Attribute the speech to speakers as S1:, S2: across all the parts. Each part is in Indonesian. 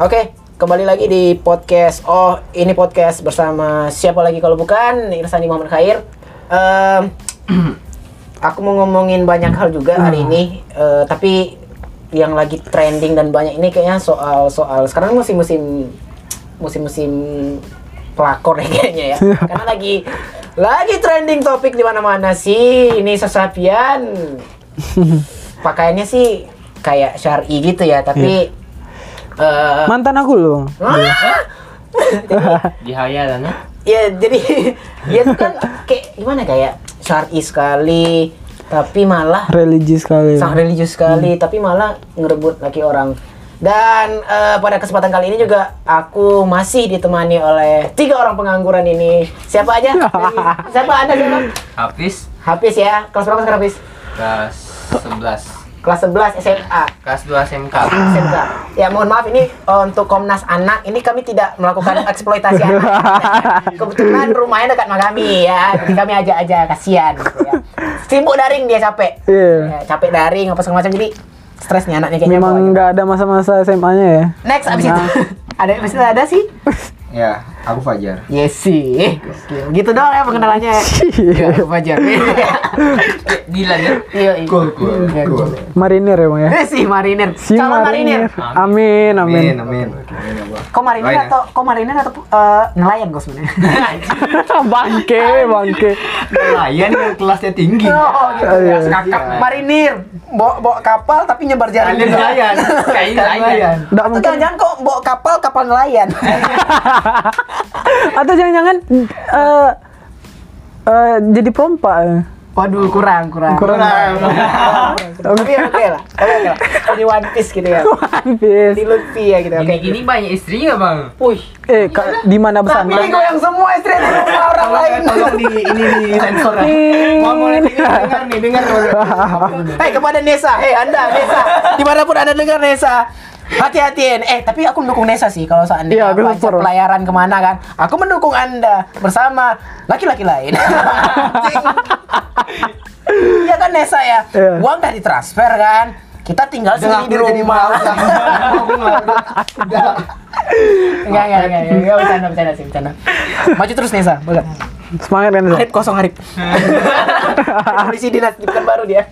S1: Oke, kembali lagi di podcast. Oh, ini podcast bersama siapa lagi kalau bukan Irsani Muhammad Khair. Ehm, aku mau ngomongin banyak hal juga hari ini, eh, tapi yang lagi trending dan banyak ini kayaknya soal soal sekarang musim-musim musim-musim pelakor ya kayaknya ya. Karena lagi lagi trending topik di mana-mana sih. Ini sesapian pakaiannya sih kayak syar'i gitu ya, tapi eh,
S2: Mantan aku loh.
S1: Hah?
S3: di hayalan ya
S1: ya jadi dia tuh kan kayak gimana kayak syar'i sekali tapi malah
S2: Religi sekali.
S1: sangat religius sekali tapi malah ngerebut laki orang dan eh, pada kesempatan kali ini juga aku masih ditemani oleh tiga orang pengangguran ini siapa aja Dari- siapa anda siapa
S3: Hafiz
S1: Hafiz ya kelas berapa sekarang Hafiz
S3: kelas 11
S1: kelas 11 SMA
S3: kelas 2 SMK
S1: SMK. Ya mohon maaf ini eh, untuk Komnas Anak ini kami tidak melakukan eksploitasi anak. Kebetulan rumahnya dekat sama kami ya, jadi kami ajak aja kasihan. Gitu ya. Sibuk daring dia capek, Ya,
S2: Iya.
S1: capek daring apa segala macam jadi stres nih anaknya kayaknya.
S2: Memang
S1: bawahnya.
S2: nggak ada masa-masa SMA-nya ya.
S1: Next abis itu ada abis itu ada sih.
S4: Ya, aku Fajar.
S1: Yes sih. Gitu doang ya pengenalannya. Ya, Fajar.
S4: Eh,
S3: Dilan ya
S1: Iya, iya.
S4: Cool, cool, cool.
S2: Marinir ya bang ya.
S1: Eh, Si Marinir.
S2: Si
S1: Calon Marinir.
S2: marinir. Amin, amin.
S4: Amin, amin. Amin, Allah.
S1: Kok Marinir
S4: Lain ya?
S1: atau kok Marinir atau eh, nelayan gue sebenarnya.
S2: bangke, bangke.
S4: Nelayan yang kelasnya tinggi.
S1: Oh, gitu ya.
S2: Iya.
S1: Sekakak. Marinir, bawa, bawa kapal tapi nyebar jaring.
S4: Kalian nelayan.
S3: Kayaknya
S4: Kalian nelayan.
S2: Nggak
S1: Atau
S2: mungkin.
S1: jangan-jangan kok bawa kapal kapal nelayan.
S2: Atau jangan-jangan eh, eh, jadi perompak.
S1: Waduh, kurang, kurang.
S2: Kurang.
S1: tapi ya, oke lah. Tapi oke lah. Jadi One Piece gitu ya.
S2: One Piece.
S1: Di Luffy ya gitu. Oke.
S3: gini gini banyak istrinya bang
S1: Wih. Iya.
S2: Eh, ka- di mana
S1: Tapi
S2: bersama?
S1: gue yang semua istri di rumah orang lain.
S4: Tolong di ini di sensor ya. Mau mulai dengar nih, dengar.
S2: Eh,
S1: Hei kepada Nesa, hei Anda Nesa, dimanapun Anda dengar Nesa, hati-hatiin. Eh tapi aku mendukung Nesa sih kalau
S2: Iya,
S1: seandainya
S2: aku
S1: aku ajak
S2: support.
S1: pelayaran kemana kan, aku mendukung Anda bersama laki-laki lain. Iya kan Nesa ya,
S2: Iya.
S1: uang udah ditransfer kan, kita tinggal sendiri di
S4: jadi
S1: rumah.
S4: mau.
S1: Enggak enggak enggak, enggak, enggak, iya, bercanda bercanda sih bercanda. Maju terus Nesa, boleh.
S2: Semangat kan? Zak?
S1: Harip kosong Harip. Polisi dinas di Pekanbaru baru dia.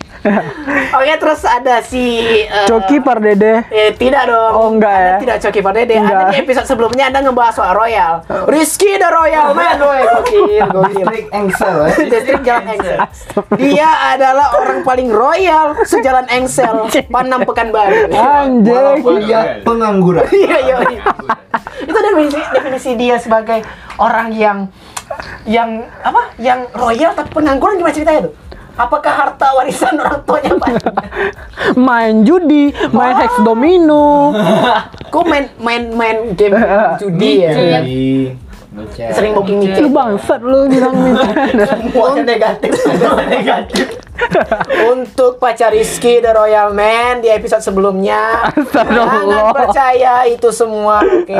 S1: Oke terus ada si eh,
S2: Coki Pardede.
S1: Eh, tidak dong.
S2: Oh, enggak
S1: Anda
S2: ya?
S1: tidak coki pada deh.
S2: Enggak.
S1: Anda di episode sebelumnya Anda ngebahas soal Royal. Rizky the Royal man, woi gokil, gokil.
S4: Trik engsel. eh.
S1: Distrik Jalan Engsel. Dia adalah orang paling royal sejalan Engsel, Panam Pekanbaru.
S2: Ah. Anjing.
S4: Walaupun dia pengangguran.
S1: Iya, iya. iya. Itu definisi definisi dia sebagai orang yang yang apa? Yang royal tapi pengangguran gimana ceritanya tuh? Apakah harta warisan orang tuanya Pak?
S2: Main judi, main hex domino.
S1: Kok main main main game
S3: gitu.
S1: judi ya?
S4: Jadi, ngecek.
S1: Sering booking meeting.
S2: Lu bangsat lu bilang gitu.
S1: Semuanya negatif. negatif. Untuk pacar Rizky The Royal Man di episode sebelumnya. Jangan
S2: Astagfirullah.
S1: percaya itu semua, oke.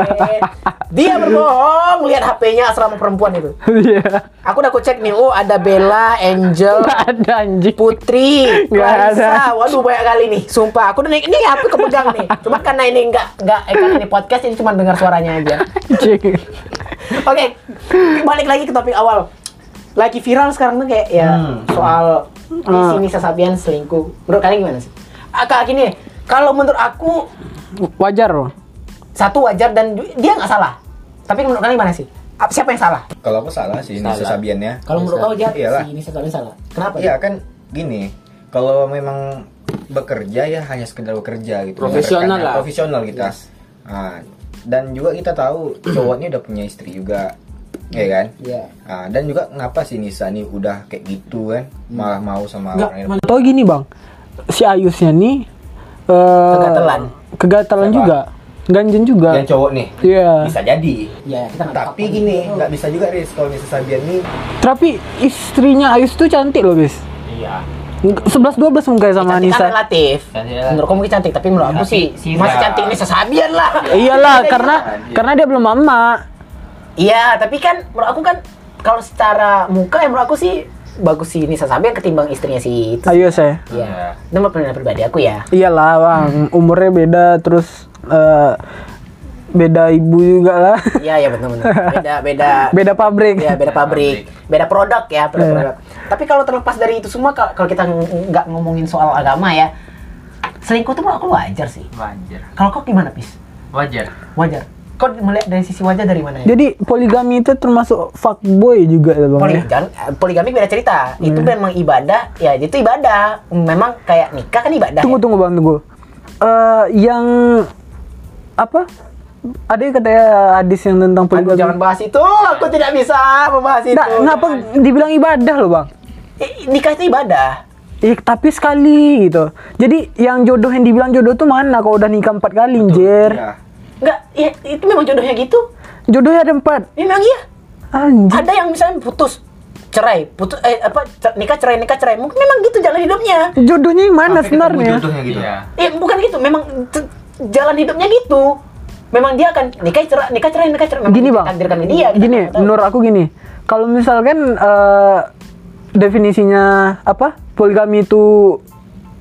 S1: Dia berbohong lihat HP-nya asrama perempuan itu.
S2: Iya.
S1: Aku udah aku cek nih, oh ada Bella, Angel,
S2: Nggak ada anjing.
S1: Putri,
S2: Nggak
S1: Clarissa, waduh banyak kali nih, sumpah aku udah nih, ini aku kepegang nih, cuma karena ini nggak nggak eh, karena ini podcast ini cuma dengar suaranya aja.
S2: Anjing.
S1: Oke, balik lagi ke topik awal. Lagi viral sekarang tuh kayak ya soal di sini Sasabian selingkuh. Menurut kalian gimana sih? Akak gini, kalau menurut aku
S2: Wajar loh.
S1: satu wajar dan ju- dia nggak salah. Tapi menurut kalian gimana sih? Ap- Siapa yang salah?
S4: Kalau aku salah sih ini
S3: Salah.
S4: sesabiannya.
S1: Kalau menurut kau dia
S4: Iyalah.
S1: si ini Sasabian salah. Kenapa?
S4: Iya kan gini, kalau memang bekerja ya hanya sekedar bekerja gitu.
S3: Profesional
S4: Rekan-
S3: lah.
S4: Profesional kita. Nah, dan juga kita tahu cowoknya udah punya istri juga, ya kan?
S1: Iya.
S4: Nah, dan juga kenapa sih Nisa nih udah kayak gitu kan,
S1: Hmm.
S4: malah mau sama
S2: Nggak,
S4: orang yang
S2: mana tau gini bang, si Ayusnya nih eh,
S1: Kegatelan.
S2: kegatelan
S4: Siapa?
S2: juga, ganjen juga.
S4: yang cowok nih.
S2: Iya.
S4: Bisa jadi.
S1: Iya, kita nggak
S4: Tapi
S1: tahu.
S4: gini, nggak bisa juga Riz kalau Nisa Sabian nih
S2: Tapi istrinya Ayus tuh cantik loh guys.
S3: iya
S2: 11-12 mukanya sama
S1: Cantik kan
S2: Anissa.
S1: relatif.
S3: Cantik relatif.
S1: Menurut kamu mungkin cantik, tapi menurut aku
S3: Tapi
S1: sih
S3: sih
S1: masih
S3: nggak.
S1: cantik ini Sasabian lah.
S2: Iyalah, karena karena dia belum mama.
S1: Iya, tapi kan menurut aku kan kalau secara muka yang menurut aku sih bagus sih Nisa Sabian ketimbang istrinya si itu.
S2: Ayus ya.
S1: Iya. Itu menurut penilaian pribadi aku ya.
S2: Iyalah bang, umurnya beda terus eh, beda ibu juga lah
S1: Iya ya benar-benar. Beda beda.
S2: beda pabrik
S1: Ya beda pabrik, beda produk ya, beda
S2: Iya.
S1: produk. Tapi kalau terlepas dari itu semua, kal- kalau kita ng- nggak ngomongin soal agama ya, selingkuh itu menurut aku wajar sih.
S3: wajar
S1: Kalau kau gimana, Pis?
S3: wajar
S1: Wajar. Kau melihat dari sisi wajar dari mana ya?
S2: jadi poligami itu termasuk fuckboy juga ya bang ya?
S1: Poligami, eh, poligami beda cerita. Itu
S2: Iya.
S1: memang ibadah, ya itu ibadah. Memang kayak nikah kan ibadah.
S2: tunggu
S1: ya.
S2: tunggu bang tunggu Eh, yang apa ada yang katanya hadis yang tentang
S1: Aduh,
S2: poligami
S1: jangan gitu. bahas itu. Aku tidak bisa membahas itu.
S2: Nggak, kenapa dibilang ibadah loh bang
S1: Eh, nikah itu ibadah.
S2: Ih, tapi sekali gitu. Jadi yang jodoh yang dibilang jodoh tuh mana kalau udah nikah empat kali, Anjir.
S4: Iya.
S1: Enggak, ya, itu memang jodohnya gitu.
S2: Jodohnya ada empat.
S1: Ya, Memang iya.
S2: Anjir.
S1: Ada yang misalnya putus, cerai, putus eh apa cer- nikah cerai nikah cerai. Mungkin memang gitu jalan hidupnya.
S2: Jodohnya yang mana
S4: Sampai ketemu
S2: Kan sebenarnya?
S4: jodohnya gitu.
S3: Iya.
S1: Ya bukan gitu, memang t- jalan hidupnya gitu. Memang dia akan nikah cerai nikah cerai nikah cerai. Memang
S2: Gini bang,
S1: ditakdirkan dia. kan? kita ya,
S2: gini,
S1: nggak tahu.
S2: menurut aku gini. Kalau misalkan eh, definisinya apa poligami itu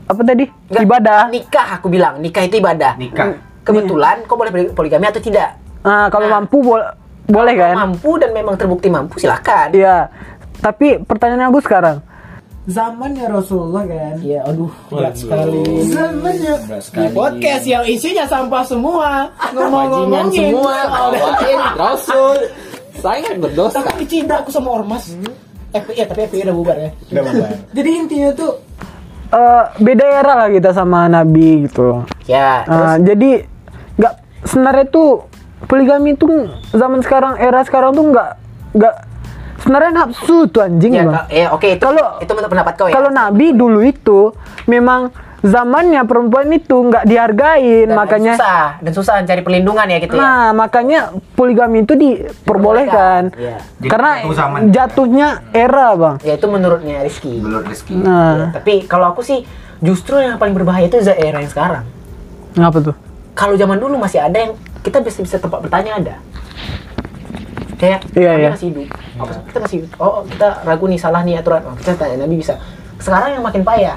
S2: apa tadi
S1: Nggak,
S2: ibadah. Iya.
S1: Nikah aku bilang, nikah itu ibadah.
S4: Nikah.
S1: Kebetulan kau boleh poli- poligami atau tidak?
S2: Nah, kalau mampu bol- boleh kan?
S1: Mampu dan memang terbukti mampu silakan.
S2: Iya. Tapi pertanyaan aku sekarang,
S5: zamannya Rasulullah kan
S1: Iya, aduh, berat sekali.
S5: zamannya
S4: Berat sekali.
S5: di podcast yang isinya sampah semua ngomong-ngomongin semua
S6: Rasul sangat berdosa.
S5: tapi cinta aku sama ormas eh iya tapi FPI udah bubar ya
S4: Udah bubar.
S5: jadi intinya tuh
S2: eh, beda era lah kita sama Nabi gitu.
S1: Ya, terus
S2: Ah, jadi nggak sebenarnya tuh poligami tuh zaman sekarang era sekarang tuh nggak nggak sebenarnya nafsu tuh anjing
S1: ya,
S2: Bang.
S1: ka- ya, oke itu
S2: Iya, Kalau-
S1: itu menurut pendapat kau ya.
S2: Kalau Nabi dulu itu memang zamannya perempuan itu nggak dihargain
S1: Dan- dan
S2: makanya
S1: susah dan susah cari perlindungan ya gitu ya.
S2: nah makanya poligami itu diperbolehkan
S1: Iya.
S3: Jadi
S2: karena
S3: jatuh zaman.
S2: jatuhnya era bang.
S1: Ya itu menurutnya Rizky. Iya,
S3: belum rezeki
S2: Nah,
S1: Tapi kalau aku sih justru yang paling berbahaya itu era yang sekarang.
S2: ngapa tuh?
S1: kalau zaman dulu masih ada yang kita bisa bisa tempat bertanya ada kayak
S2: Iya,
S1: kami
S2: iya.
S1: masih hidup Apa- kita masih hidup. oh oh, kita ragu nih salah nih aturan oh, kita tanya nabi bisa sekarang yang makin payah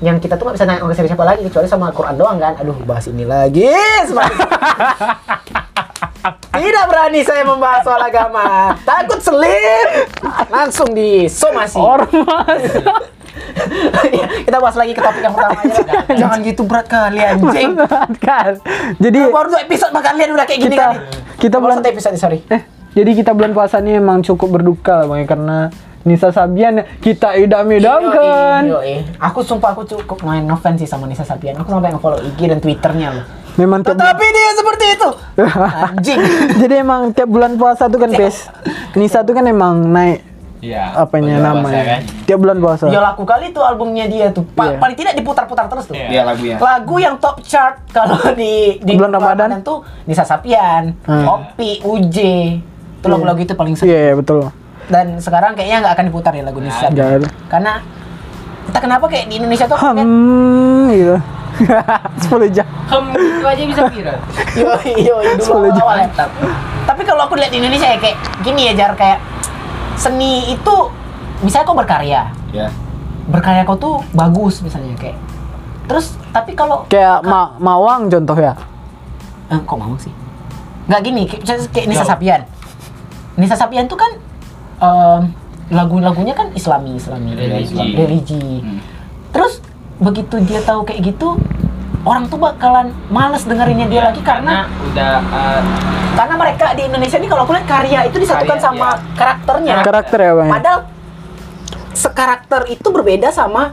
S1: yang kita tuh nggak bisa nanya ke siapa-siapa lagi kecuali sama Quran doang kan aduh bahas ini lagi semakin- tidak berani saya membahas soal agama takut selip langsung disomasi
S2: Ormas.
S1: Ya, kita bahas lagi ke topik yang pertama aja lah. jangan gitu berat kali anjing
S2: kan. Jadi
S1: baru dua episode mah kalian udah kayak gini
S2: kita
S1: kali.
S2: kita
S1: Baru
S2: bulan
S1: satu episode sorry.
S2: Eh, jadi kita bulan puasa ini emang cukup berduka lah bang ya, karena Nisa Sabian kita idam idamkan.
S1: Yoi, yoi. Aku sumpah aku cukup main offense sih sama Nisa Sabian. Aku sampai nge-follow IG dan Twitternya loh.
S2: Memang tiap
S1: Tetapi dia seperti itu. Anjing.
S2: jadi emang tiap bulan puasa tuh kan bes. Nisa tuh kan emang naik
S3: iya
S2: apanya
S3: Udah
S2: namanya.
S3: puasa, kan?
S2: Tiap bulan puasa.
S1: Ya laku kali tuh albumnya dia tuh. Pa-
S2: Iya.
S1: Paling tidak diputar-putar terus tuh.
S4: Iya lagunya.
S1: Lagu yang top chart kalau di di
S2: Bulan Ramadan.
S1: tuh Nisa Sabian,
S2: Hmm.
S1: Opi, UJ. Itu lagu-lagu itu paling
S2: Iya
S1: sering.
S2: iya, betul.
S1: Dan sekarang kayaknya nggak akan diputar ya lagu Nisa. Sabian.
S2: Jangan.
S1: Karena entah kenapa kayak di Indonesia tuh
S3: Kan?
S1: kayak-
S2: Hmm gitu. 10 jam.
S3: Hem, itu aja bisa viral
S1: yo yo dulu
S2: Sepuluh juta.
S1: awal mantap. Tapi kalau aku lihat di Indonesia ya kayak gini ya Jar kayak seni itu misalnya kau berkarya,
S4: Iya.
S1: berkarya kau tuh bagus misalnya kayak. Terus tapi kalau
S2: Kayak ma Mawang contoh ya.
S1: eh, kok mau sih? Nggak gini, kayak, misalnya kayak Nisa Sapian. Nisa Sapian tuh kan em, lagu-lagunya kan Islami, Islami,
S3: Religi. Hmm.
S1: religi. Terus begitu dia tahu kayak gitu, orang tuh bakalan males dengerinnya dia lagi karena
S3: Iya, karena
S4: Nah,
S3: udah eh,
S1: karena mereka di Indonesia ini kalau aku lihat karya itu disatukan
S3: Karya,
S1: sama
S3: iya.
S1: karakternya
S2: Karakter ya bang. ya?
S1: padahal sekarakter itu berbeda sama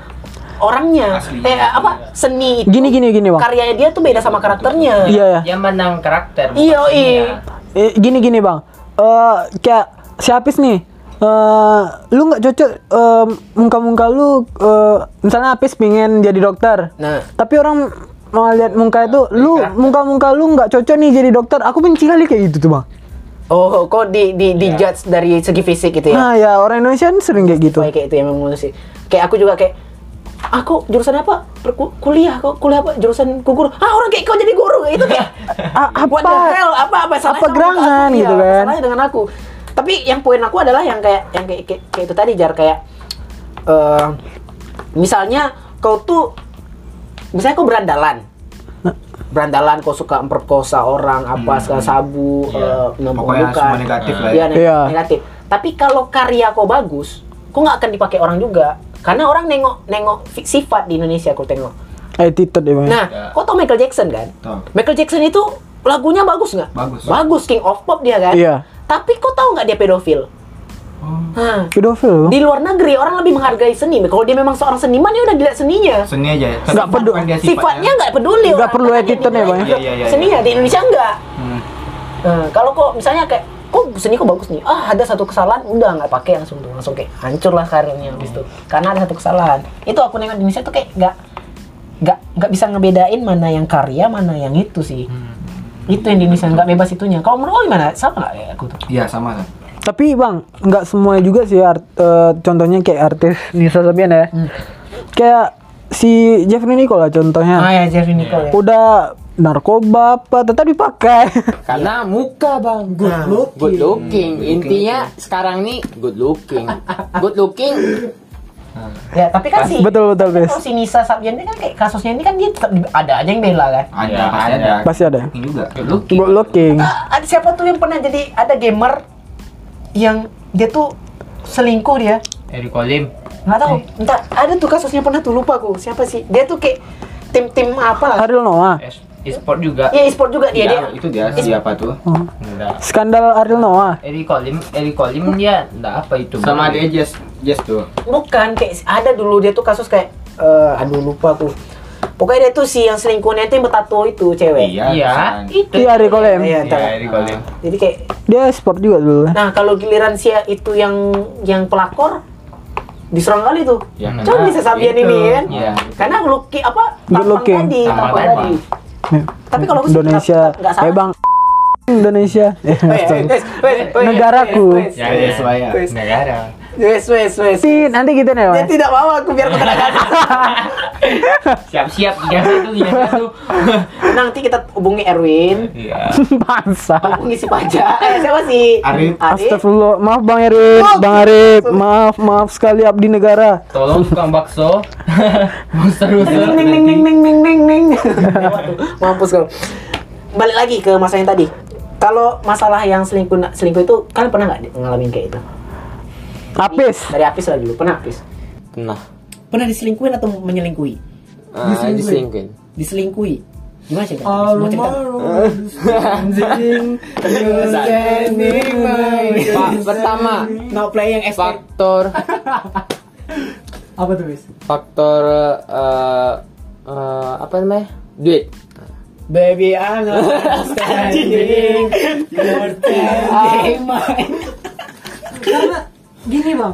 S1: orangnya
S4: Aslinya.
S1: eh apa seni itu
S2: Gini gini gini bang.
S1: karyanya dia tuh beda sama karakternya
S2: Iya ya.
S3: dia menang karakter bukan
S1: Iya,
S3: seninya.
S1: iya.
S2: Eh, gini gini bang, Eh kayak si Hafiz nih, eh lu nggak cocok eh, muka-muka lu, eh, misalnya Hafiz pengen jadi dokter,
S1: Nah. iya.
S2: tapi orang mau lihat muka itu, lu muka-muka lu nggak cocok nih jadi dokter, aku benci kali kayak gitu tuh bang.
S1: oh kok di di di
S3: Iya.
S1: judge dari segi fisik gitu ya
S2: Nah ya orang Indonesia kan sering kayak gitu.
S1: Kayak- kayak itu yang memang sih kayak aku juga kayak aku jurusan apa Perku- kuliah kok kuliah apa jurusan gugur ah orang kayak kau jadi guru itu kayak
S2: A- apa?
S1: What the hell? Apa apa salahnya
S2: apa
S1: sama
S2: gerangan
S1: aku? Iya,
S2: gitu kan?
S1: Salahnya dengan aku. Tapi yang poin aku adalah yang kayak yang kayak, kayak, kayak itu tadi jar kayak eh misalnya kau tuh misalnya kau berandalan. berandalan kok suka memperkosa orang apa segala sabu
S4: Hmm, Iya.
S1: eh,
S4: Pokoknya
S1: membunuhkan.
S4: semua negatif lah
S1: Iya,
S4: ya.
S1: neg-
S2: Iya.
S1: negatif. Tapi kalau karya kau bagus, kok nggak akan dipakai orang juga? Karena orang nengok nengok fi- sifat di Indonesia kau tengok.
S2: attitude ya bang
S1: Nah, kau tau Michael Jackson kan?
S4: Tau.
S1: Michael Jackson itu lagunya bagus nggak?
S4: Bagus.
S1: Bagus, King of Pop dia kan?
S2: Iya.
S1: Tapi kau tau nggak dia pedofil?
S4: Oh.
S1: Hah.
S2: pedofil bang
S1: Di luar negeri orang lebih menghargai seni. Kalau dia memang seorang seniman, ya udah dilihat seninya.
S4: Seni aja ya.
S2: Nggak
S4: Bukan
S2: peduli.
S4: dia
S1: Sifatnya nggak peduli.
S2: Nggak
S1: orang
S2: perlu
S1: katanya
S2: attitude ya,
S1: dinilai
S2: Bang, ya?
S1: juga
S4: Iya, iya, iya.
S1: Seninya di Indonesia nggak.
S4: Hmm.
S1: Nah, kalau kok misalnya kayak, kok seni kok bagus nih? Ah, ada satu kesalahan, udah nggak pakai langsung tuh. langsung kayak hancur lah karirnya habis itu. Karena ada satu kesalahan. Itu aku nengok di Indonesia tuh kayak nggak nggak nggak bisa ngebedain mana yang karya, mana yang itu sih. Itu yang di Indonesia nggak bebas itunya. Kalau menurut lo gimana? Sama nggak kayak aku tuh?
S4: Iya sama kan.
S2: tapi bang nggak semua juga sih art- eh, contohnya kayak artis Nisa Sabian ya
S1: Hmm.
S2: kayak si Jeffrey Nicole lah contohnya
S1: Ah ya Jeffrey Nicole ya.
S2: udah narkoba apa tetap dipakai
S6: Karena muka bang good
S4: Nah,
S6: looking. Good looking.
S4: Hmm,
S6: Intinya sekarang nih good looking. Good looking.
S1: Ya, tapi kan sih.
S2: betul betul guys
S1: Kalau si Nisa Sabian ini kan kayak kasusnya ini kan dia tetap di- ada aja yang bela kan.
S4: Ada
S3: Iya,
S4: pasti
S3: ada.
S4: ada. Iya,
S2: pasti ada
S4: Ini juga.
S2: good looking
S1: Ah, ada siapa tuh yang pernah jadi ada gamer yang dia tuh selingkuh dia
S3: Eri Kolim.
S1: nggak tahu entah ada tuh kasusnya pernah tuh lupa aku siapa sih dia tuh kayak tim tim apa lah
S2: Ariel Noah
S3: es- E-sport juga.
S1: ya e-sport juga dia dia
S4: Iya, itu dia siapa tuh?
S3: Enggak.
S2: Oh. skandal Ariel Noah
S3: Eri Kolim, Eri Kolim dia enggak apa itu.
S4: Sama dia Jess, Jess tuh.
S1: bukan kayak ada dulu dia tuh kasus kayak eh, aduh lupa aku pokoknya dia tuh si yang selingkuhnya itu yang bertato itu cewek
S4: Iya.
S3: Iya,
S4: pesan.
S3: itu.
S2: iya Ariel Colem
S1: Iya,
S3: Iya,
S1: entah.
S3: Eri Kolim.
S1: jadi kayak
S2: dia sport juga dulu
S1: nah kalau giliran si itu yang yang pelakor diserang kali tuh
S4: Ya, kan?
S1: Coba bisa Sabian
S3: Itu.
S1: ini kan
S4: Iya.
S1: karena luki apa
S2: Good
S1: tampang
S2: looking.
S1: tadi
S3: Tampang
S1: tampang
S3: tadi.
S1: tadi Tapi kalau aku sih
S2: Indonesia
S1: nggak- nggak salah.
S2: eh bang Indonesia Eh, sorry. negaraku
S3: Ya,
S4: Ya,
S3: ya,
S6: Iya,
S4: sesuai ya.
S3: Negara.
S1: Wes, wes, wes.
S2: Tin, nanti gitu
S1: Dia
S2: nih bang
S1: tidak mau aku biar aku kena kasus.
S3: Siap-siap tiga satu, tiga satu.
S1: Nanti kita hubungi Erwin,
S3: Iya.
S2: bangsa
S1: hubungi si Pajak. Eh, siapa sih?
S4: Arif.
S2: Astagfirullah, maaf Bang Arif,
S7: Oh,
S2: Bang Arif, maaf, maaf sekali abdi negara.
S3: Tolong tukang bakso. Monster user.
S1: Neng, neng, neng, neng, neng, neng, neng. Lewat tuh. Mampus kau. Balik lagi ke masa yang tadi. Kalau masalah yang selingkuh selingkuh itu kalian pernah nggak ngalamin kayak itu?
S2: Apis,
S1: Dari Apis lah dulu, pernah Apis?
S6: Nah,
S5: Pernah diselingkuhin atau menyelingkuhi?
S6: ah, diselingkuhin.
S5: Diselingkuhi. Gimana sih? Semua cerita.
S6: Pak, pertama
S5: Now playing as
S6: faktor
S5: apa tuh, Bis?
S6: faktor eh, eh, apa namanya duit.
S5: Baby I'm not understanding You're telling
S6: Ah.
S5: my Karena gini bang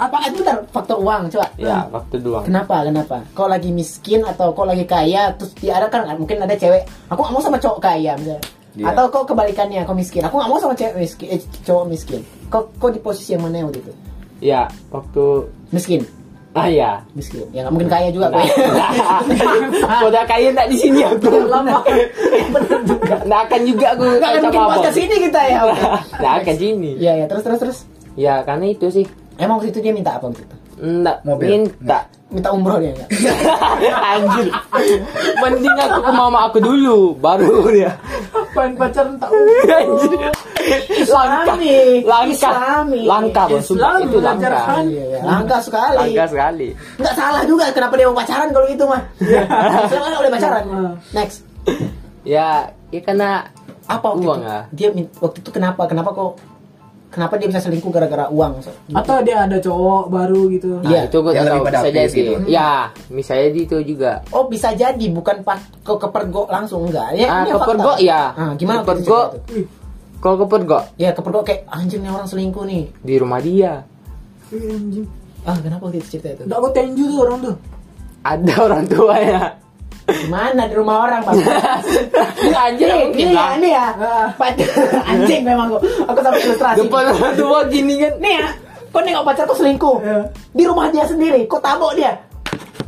S5: Apa itu tar- faktor uang coba Hmm.
S6: Ya, waktu doang.
S5: Kenapa kenapa Kau lagi miskin atau kau lagi kaya Terus diarahkan kan mungkin ada cewek Aku gak mau sama cowok kaya misalnya
S4: Iya.
S5: Atau kau kebalikannya kau miskin Aku gak mau sama cewek miskin eh, cowok miskin Kau, kau di posisi yang mana waktu itu
S6: Ya, waktu
S5: Miskin
S6: ah ya.
S5: miskin ya nggak mungkin kaya juga kau
S6: Nah, udah kaya tak di sini aku. Lama. Nggak akan juga aku
S5: nggak akan mungkin pas ke sini kita ya
S6: Nggak akan sini.
S5: Iya ya terus terus terus
S6: Ya, karena itu sih.
S5: Emang waktu itu dia minta apa waktu itu?
S6: Nggak
S4: Mobil.
S6: minta.
S5: Minta umroh dia enggak?
S6: Anjir. Mending aku ke mama aku dulu, baru dia.
S5: Apaan pacaran tak
S6: Anjir. Langkah, langkah,
S5: Islami.
S6: langkah, Bang. Sumpah, itu langkah.
S5: Iya, Langka sekali.
S6: Langkah sekali.
S5: Enggak salah juga kenapa dia mau pacaran kalau gitu mah. Selama nggak boleh pacaran. Next.
S6: Ya, ya karena
S5: Apa waktu
S6: Uang,
S5: itu?
S6: ah.
S5: Dia min- waktu itu kenapa? Kenapa kok Kenapa dia bisa selingkuh gara-gara uang?
S7: atau dia ada cowok baru gitu
S6: Nah,
S5: Iya.
S6: itu
S4: Yang
S6: gue nggak tahu
S4: lebih pada
S6: bisa
S4: aktif
S6: jadi.
S4: gitu.
S6: Ya, misalnya di itu juga.
S5: Oh bisa jadi bukan pas ke kepergok langsung enggak ya?
S6: Ah,
S5: ini fakta.
S6: kepergok ya.
S5: Ah, gimana waktu itu
S6: Kepergok.
S5: cerita itu?
S6: Kalau kepergok
S5: Ya kepergok kayak anjir nih orang selingkuh nih.
S6: di rumah dia
S5: Ah kenapa waktu itu cerita itu?
S7: nggak mau tenju tuh orang tuh
S6: ada orang tuanya.
S5: Gimana di rumah orang pak?
S6: Anjir, nggak mungkin
S5: ini ya,
S6: lah.
S5: ini ya. Pak, anjing memang kok. Aku sampai ilustrasi.
S6: Depan orang tua gini kan.
S5: Nih ya, kau nengok pacar kau selingkuh. Di rumah dia sendiri, kau tabok dia.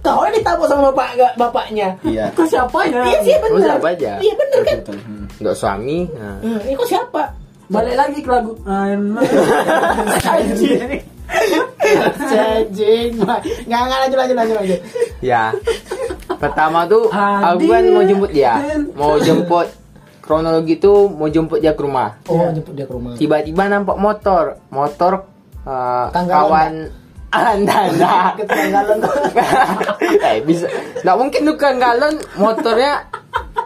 S5: Kau ini ditabok sama bapak gak bapaknya.
S4: Iya.
S5: Kau siapa? Iya sih
S6: Kau
S5: benar.
S6: siapa aja?
S5: Iya benar kan?
S4: Betul. Hmm.
S6: Untuk suami. nah.
S5: Hmm, ini kau siapa?
S7: balik lagi ke lagu Ah, yang mana? Nah.
S5: Anjing. Iya. Anjing. Enggak enggak lanjut lanjut lanjut lanjut.
S6: Ya. Pertama tuh
S7: Hadir
S6: aku kan mau jemput dia,
S7: dan-
S6: mau jemput kronologi tuh mau jemput dia ke rumah.
S5: Oh, jemput dia ke rumah.
S6: Tiba-tiba nampak motor, motor eh,
S5: Tanggalan,
S6: kawan anda anda eh bisa nggak mungkin tuh galon motornya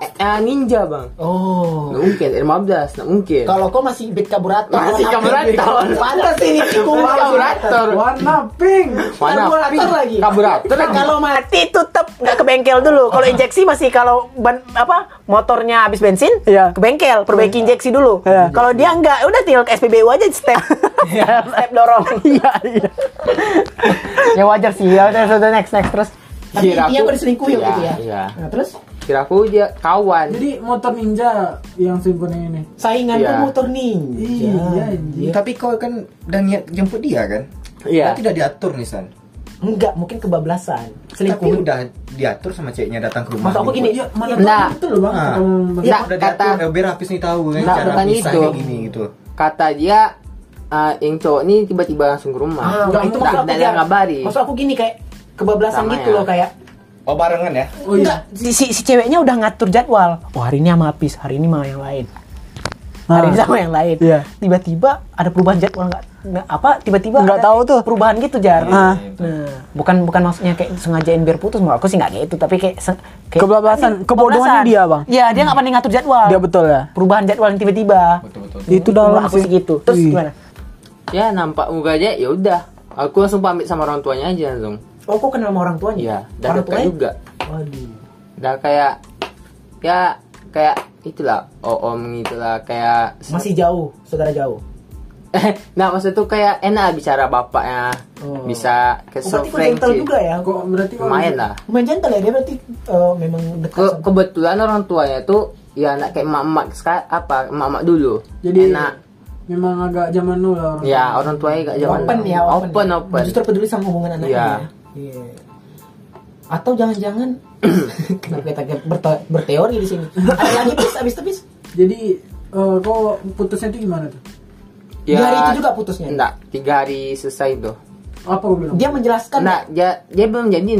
S6: eh, eh, ninja bang
S5: Oh.
S6: nggak mungkin R15 nggak mungkin
S5: Kalau kau masih bit kaburator.
S6: Masih kaburator.
S5: Pantas ini tikung
S6: Kan kaburator
S7: Warna pink.
S5: Kan
S6: mana
S5: Kaburator lagi.
S6: kaburator lagi.
S1: Kalau mati tetap nggak ke bengkel dulu. Kalau injeksi masih kalau ban, apa motornya habis bensin,
S2: Iya.
S1: ke bengkel perbaiki injeksi dulu.
S2: Iya.
S1: Kalau dia nggak, udah tinggal ke SPBU aja step step dorong.
S2: Iya, iya.
S1: ya wajar sih. Ya udah udah next next terus.
S5: Tapi
S6: Kira
S5: intinya
S6: aku-
S5: kau diselingkuhi waktu
S6: Iya,
S5: itu ya.
S6: iya.
S5: Nah, terus
S6: kira aku dia kawan
S7: Jadi motor ninja yang selingkuhnya ini.
S5: saingan
S6: Iya.
S5: kau motor ninja.
S7: Iya, anjing.
S4: Tapi kau kan udah niat jemput dia kan?
S6: Iya.
S4: Berarti udah diatur nih San.
S5: Enggak, mungkin kebablasan.
S4: Tapi
S5: Selingkuh.
S4: udah diatur sama ceknya datang ke rumah.
S5: Maksud aku gini,
S7: Iya, mana
S6: Nah.
S7: tahu betul bang.
S4: Ah.
S7: Kamu bagi-
S4: Ya,
S6: Iya.
S4: udah diatur,
S6: kata-
S4: eh, biar Hafiz nih tahu kan
S6: Nah,
S4: cara
S6: bukan
S4: pisah
S6: itu.
S4: kayak gini gitu.
S6: kata dia eh, yang cowok ini tiba-tiba langsung ke rumah
S5: Ah, nah,
S6: Nggak
S5: itu
S6: mungkin,
S5: maksud aku
S6: nggak ada
S5: Jar.
S6: yang ngabari
S5: Maksud aku gini kayak kebablasan
S6: Sama
S5: gitu
S6: ya.
S5: loh kayak
S4: Oh, barengan ya?
S7: Oh iya.
S1: Si, si, si ceweknya udah ngatur jadwal. Oh hari ini sama Apis, hari ini sama yang lain. Hari ini
S2: Ah.
S1: sama yang lain.
S2: Iya.
S1: Tiba-tiba ada perubahan jadwal nggak nggak- apa tiba-tiba
S2: Nggak
S1: ada
S2: tahu tuh.
S1: perubahan gitu jar.
S2: Ah.
S1: Nah, bukan bukan maksudnya kayak sengajain biar putus, menurut aku sih nggak gitu, tapi kayak, se- kayak
S2: Kebablasan, kebodohannya dia, Bang.
S1: Iya, dia nggak pandai ngatur jadwal.
S2: Dia betul ya.
S1: perubahan jadwal yang tiba-tiba.
S4: Betul-betul.
S1: Menurut
S2: Itu dalam
S1: aku sih gitu. Terus
S2: Wih.
S1: gimana?
S6: ya nampak muka aja ya udah aku langsung pamit sama orang tuanya aja langsung
S5: Oh, kok kenal sama orang tuanya?
S6: Iya, dan
S5: orang
S6: dekat
S5: tuanya.
S6: juga.
S5: Waduh.
S6: Udah kayak ya kayak itulah oh om gitulah kayak
S5: Masih jauh, saudara jauh. Oh,
S6: nah maksud tuh kayak enak bicara bapaknya
S5: Oh.
S6: bisa ke
S5: Oh, berarti kau
S6: Frank
S5: gentle
S6: sih.
S5: juga ya?
S7: Kok berarti kok
S6: lumayan lah
S5: Lumayan gentle ya dia berarti eh, memang dekat
S6: Ke-
S5: sama-
S6: kebetulan orang tuanya tuh ya anak kayak emak-emak seka- apa emak-emak dulu
S7: Jadi
S6: enak
S7: memang agak zaman dulu lah orang.
S6: ya orang tuanya gak jaman
S5: open ya
S6: open open,
S5: justru peduli sama hubungan anaknya Iya. atau jangan-jangan kenapa kita kayak berto- berteori di sini ada lagi bis abis itu bis
S7: Jadi eh, kok putusnya itu gimana tuh?
S5: Di hari itu juga ya? putusnya?
S6: Ya, enggak tiga hari selesai tuh
S7: Apa gue bilang?
S5: dia menjelaskan
S6: enggak dia, dia belum jadi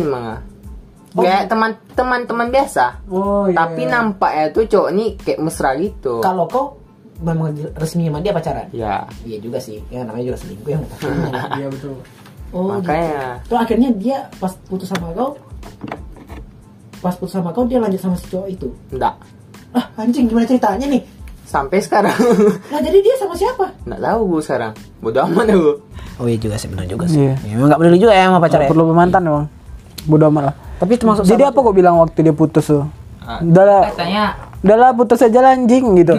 S5: Oh.
S6: memang kayak teman teman teman biasa
S7: Oh iya.
S6: tapi nampaknya tuh cowok ini kayak mesra gitu
S5: kalau kau memang resmi sama dia pacaran
S6: ya
S5: iya juga sih ya namanya juga selingkuh yang
S7: Iya betul.
S5: oh gitu.
S6: makanya
S5: Terus akhirnya dia pas putus sama kau pas putus sama kau dia lanjut sama si cowok itu
S6: enggak
S5: ah anjing gimana ceritanya nih
S6: sampai sekarang
S5: nah jadi dia sama siapa
S6: enggak tahu gue sekarang bodoh amat gue
S1: Oh iya juga sih, benar juga
S2: sih. Iya.
S1: Emang nggak peduli juga ya sama pacarnya.
S2: Nggak perlu mantan bang. Bodoh amat lah.
S1: Tapi termasuk
S2: Jadi apa kok bilang waktu dia putus tuh?
S3: Ah,
S2: Udah lah,
S3: katanya
S2: udah lah putus aja lah anjing gitu.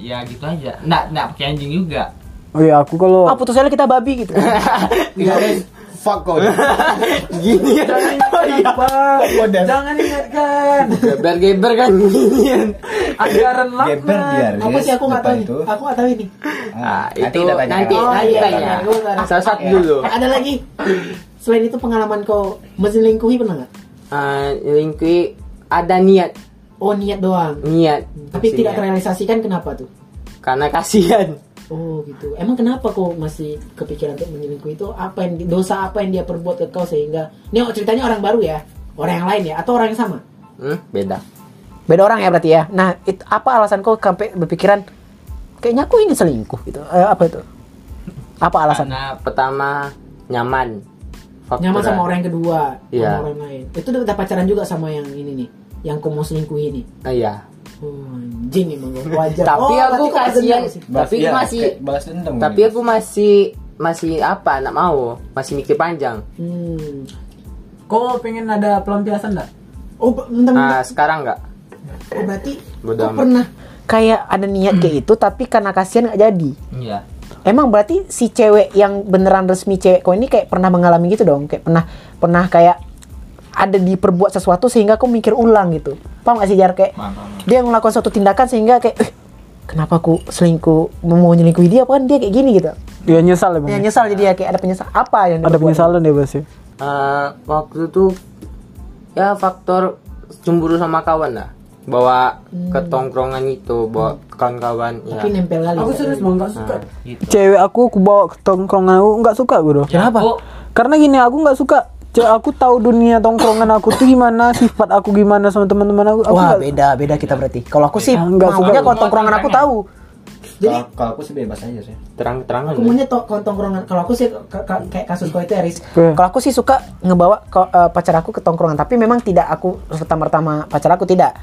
S3: ya gitu aja nggak nggak pakai anjing juga
S2: oh iya aku kalau
S1: Ah putusannya kita babi gitu.
S4: Enggak deh, Ya, fuck kau.
S6: gini ya
S7: Jangan ingatkan.
S6: geber geber kan ginian
S7: Ajaran
S4: Geber
S7: laknat.
S4: dia.
S5: apa sih aku nggak
S4: depan
S5: tahu nih
S4: itu.
S5: aku nggak tahu ini
S6: ah itu
S4: udah
S6: nanti
S4: tanya lagi.
S6: nanti
S5: Oh, iya,
S6: tanya
S5: iya, iya, iya.
S6: salah satu dulu
S5: ada lagi selain itu pengalaman kau menyelingkuhi pernah nggak
S6: Ah, lingkui ada niat
S5: oh niat doang
S6: niat ya.
S5: tapi
S6: Maksudnya.
S5: tidak terrealisasikan kenapa tuh
S6: karena kasihan
S5: oh gitu emang kenapa kau masih kepikiran untuk menyelingkuhi itu apa yang di- dosa apa yang dia perbuat ke kau sehingga ini oh, ceritanya orang baru ya orang yang lain ya atau orang yang sama
S6: hmm, beda
S1: Beda orang ya berarti ya. Nah, it- apa alasan kok sampai berpikiran kayaknya aku ingin selingkuh gitu? Eh, apa itu? Apa alasan?
S3: karena
S6: pertama nyaman Faktor
S5: nyaman sama orang yang kedua
S6: Iya.
S5: sama orang lain itu udah pacaran juga sama yang ini nih yang kau mau selingkuhi ini
S6: Ah, iya
S5: oh, anjing emang wajar
S6: tapi
S5: Oh,
S6: aku
S5: berarti kau
S6: kasihan
S5: dendam sih.
S6: tapi aku masih
S4: balas dendam.
S6: tapi aku masih masih apa nak mau masih mikir panjang
S5: hmm.
S7: Kok pengen ada pelampiasan Ah, enggak?
S5: oh bentar, bentar.
S6: nah sekarang nggak
S5: Oh, berarti
S6: Bodo
S5: kau
S6: amat.
S5: pernah
S1: Kayak ada niat kayak itu, tapi karena kasihan nggak jadi.
S3: iya
S1: Emang berarti si cewek yang beneran resmi cewek kau ini kayak pernah mengalami gitu dong, kayak pernah pernah kayak ada diperbuat sesuatu sehingga kau mikir ulang gitu. Paham gak sih Jar kayak
S3: Paham, paham.
S1: dia melakukan suatu tindakan sehingga kayak "Eh, kenapa aku selingkuh mau nyelingkuhi dia kan dia kayak gini gitu.
S2: dia nyesal ya bang.
S1: Ya nyesal jadi ya kayak ada penyesal apa yang dia
S2: Ada
S1: perbuat?
S2: penyesalan dia ya. pasti.
S6: Eh, waktu itu ya faktor cemburu sama kawan lah bawa ke tongkrongan itu bawa ke kawan-kawan ya.
S5: tapi nempel kali
S7: Aku serius bang nggak suka.
S3: gitu
S1: Iya.
S2: Cewek aku aku bawa ke tongkrongan aku nggak suka gue doh.
S3: Ya, aku
S2: Karena gini aku nggak suka Cek aku tahu dunia tongkrongan aku tuh gimana, sifat aku gimana sama teman-teman aku. Aku
S1: Wah
S2: nggak-
S1: beda beda kita berarti. Kalau aku sih
S2: Ah, enggak,
S1: maunya
S2: suka.
S1: kalau tongkrongan aku tahu.
S5: Jadi
S4: Kalau- kalau aku sih bebas aja sih
S6: Terang-terangan.
S5: aku
S1: ya.
S5: maunya to- kalau tongkrongan kalau aku sih ka- ka- kayak kasus kau itu Aris.
S2: Oke.
S1: Kalau aku sih suka ngebawa ko- eh, pacar aku ke tongkrongan, tapi memang tidak aku serta merta sama pacar aku tidak.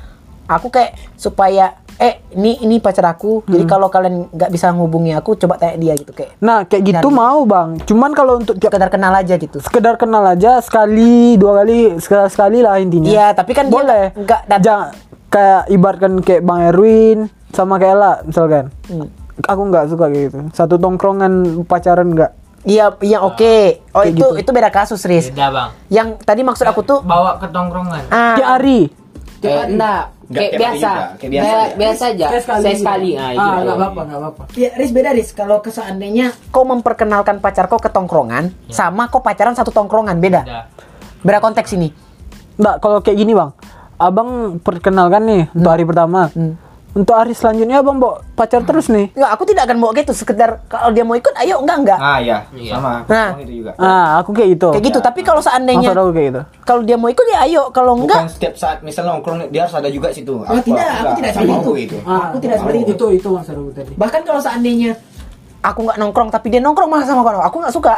S1: Aku kayak supaya eh ini ini pacar aku. Jadi
S2: Hmm.
S1: kalau kalian nggak bisa ngubungi aku, coba tanya dia gitu kayak
S2: Nah, kayak gitu
S1: Nyari.
S2: mau, Bang. Cuman kalau untuk tiap-
S1: sekedar kenal aja gitu.
S2: sekedar kenal aja sekali, dua kali, sekali, sekali lah intinya.
S1: Iya, tapi kan dia
S2: boleh.
S1: nggak dat-
S2: Jangan kayak ibaratkan kayak Bang Erwin sama kayak Ella misalkan.
S1: Hmm.
S2: Aku nggak suka kayak gitu. Satu tongkrongan pacaran nggak.
S1: Iya iya oke. Oh
S2: gitu.
S1: itu itu beda kasus Riz.
S3: Beda bang.
S1: Yang tadi maksud aku tuh
S3: Bawa ke tongkrongan.
S1: ah,
S2: Tiap hari.
S6: Eh, enggak,
S4: Enggak,
S6: kayak
S4: tiap hari
S6: biasa.
S4: juga. Kayak biasa
S6: Kayak
S4: aja.
S6: biasa aja.
S7: Saya sekali.
S6: Saya sekali. Nah, itu.
S7: Ah, nggak apa-apa, nggak apa-apa.
S5: Ya Riz beda Riz kalau ke seandainya
S1: kau memperkenalkan pacar kau ke tongkrongan
S4: Ya.
S1: sama kau pacaran satu tongkrongan beda.
S3: Beda.
S1: Beda konteks ini.
S2: Nggak, kalau kayak gini bang, abang perkenalkan nih
S7: Hmm.
S2: untuk hari pertama. Untuk hari selanjutnya abang bawa
S7: Ah.
S2: pacar terus nih.
S1: Enggak, aku tidak akan bawa gitu sekedar kalau dia mau ikut ayo enggak enggak.
S4: ah ya
S3: Iya.
S4: sama
S1: Nah.
S4: Emang itu juga
S2: Ah, aku kayak gitu.
S1: kayak gitu, tapi kalau seandainya
S2: Maksud aku kayak gitu.
S1: kalau dia mau ikut ya ayo, kalau
S4: bukan
S1: enggak
S4: setiap saat misalnya nongkrong dia harus ada juga situ
S5: Oh, tidak, aku tidak seperti itu. Aku tidak seperti itu.
S7: Ah, Itu itu Bang Saru tadi.
S5: bahkan kalau seandainya
S1: aku enggak nongkrong tapi dia nongkrong malah sama kau. Aku enggak suka.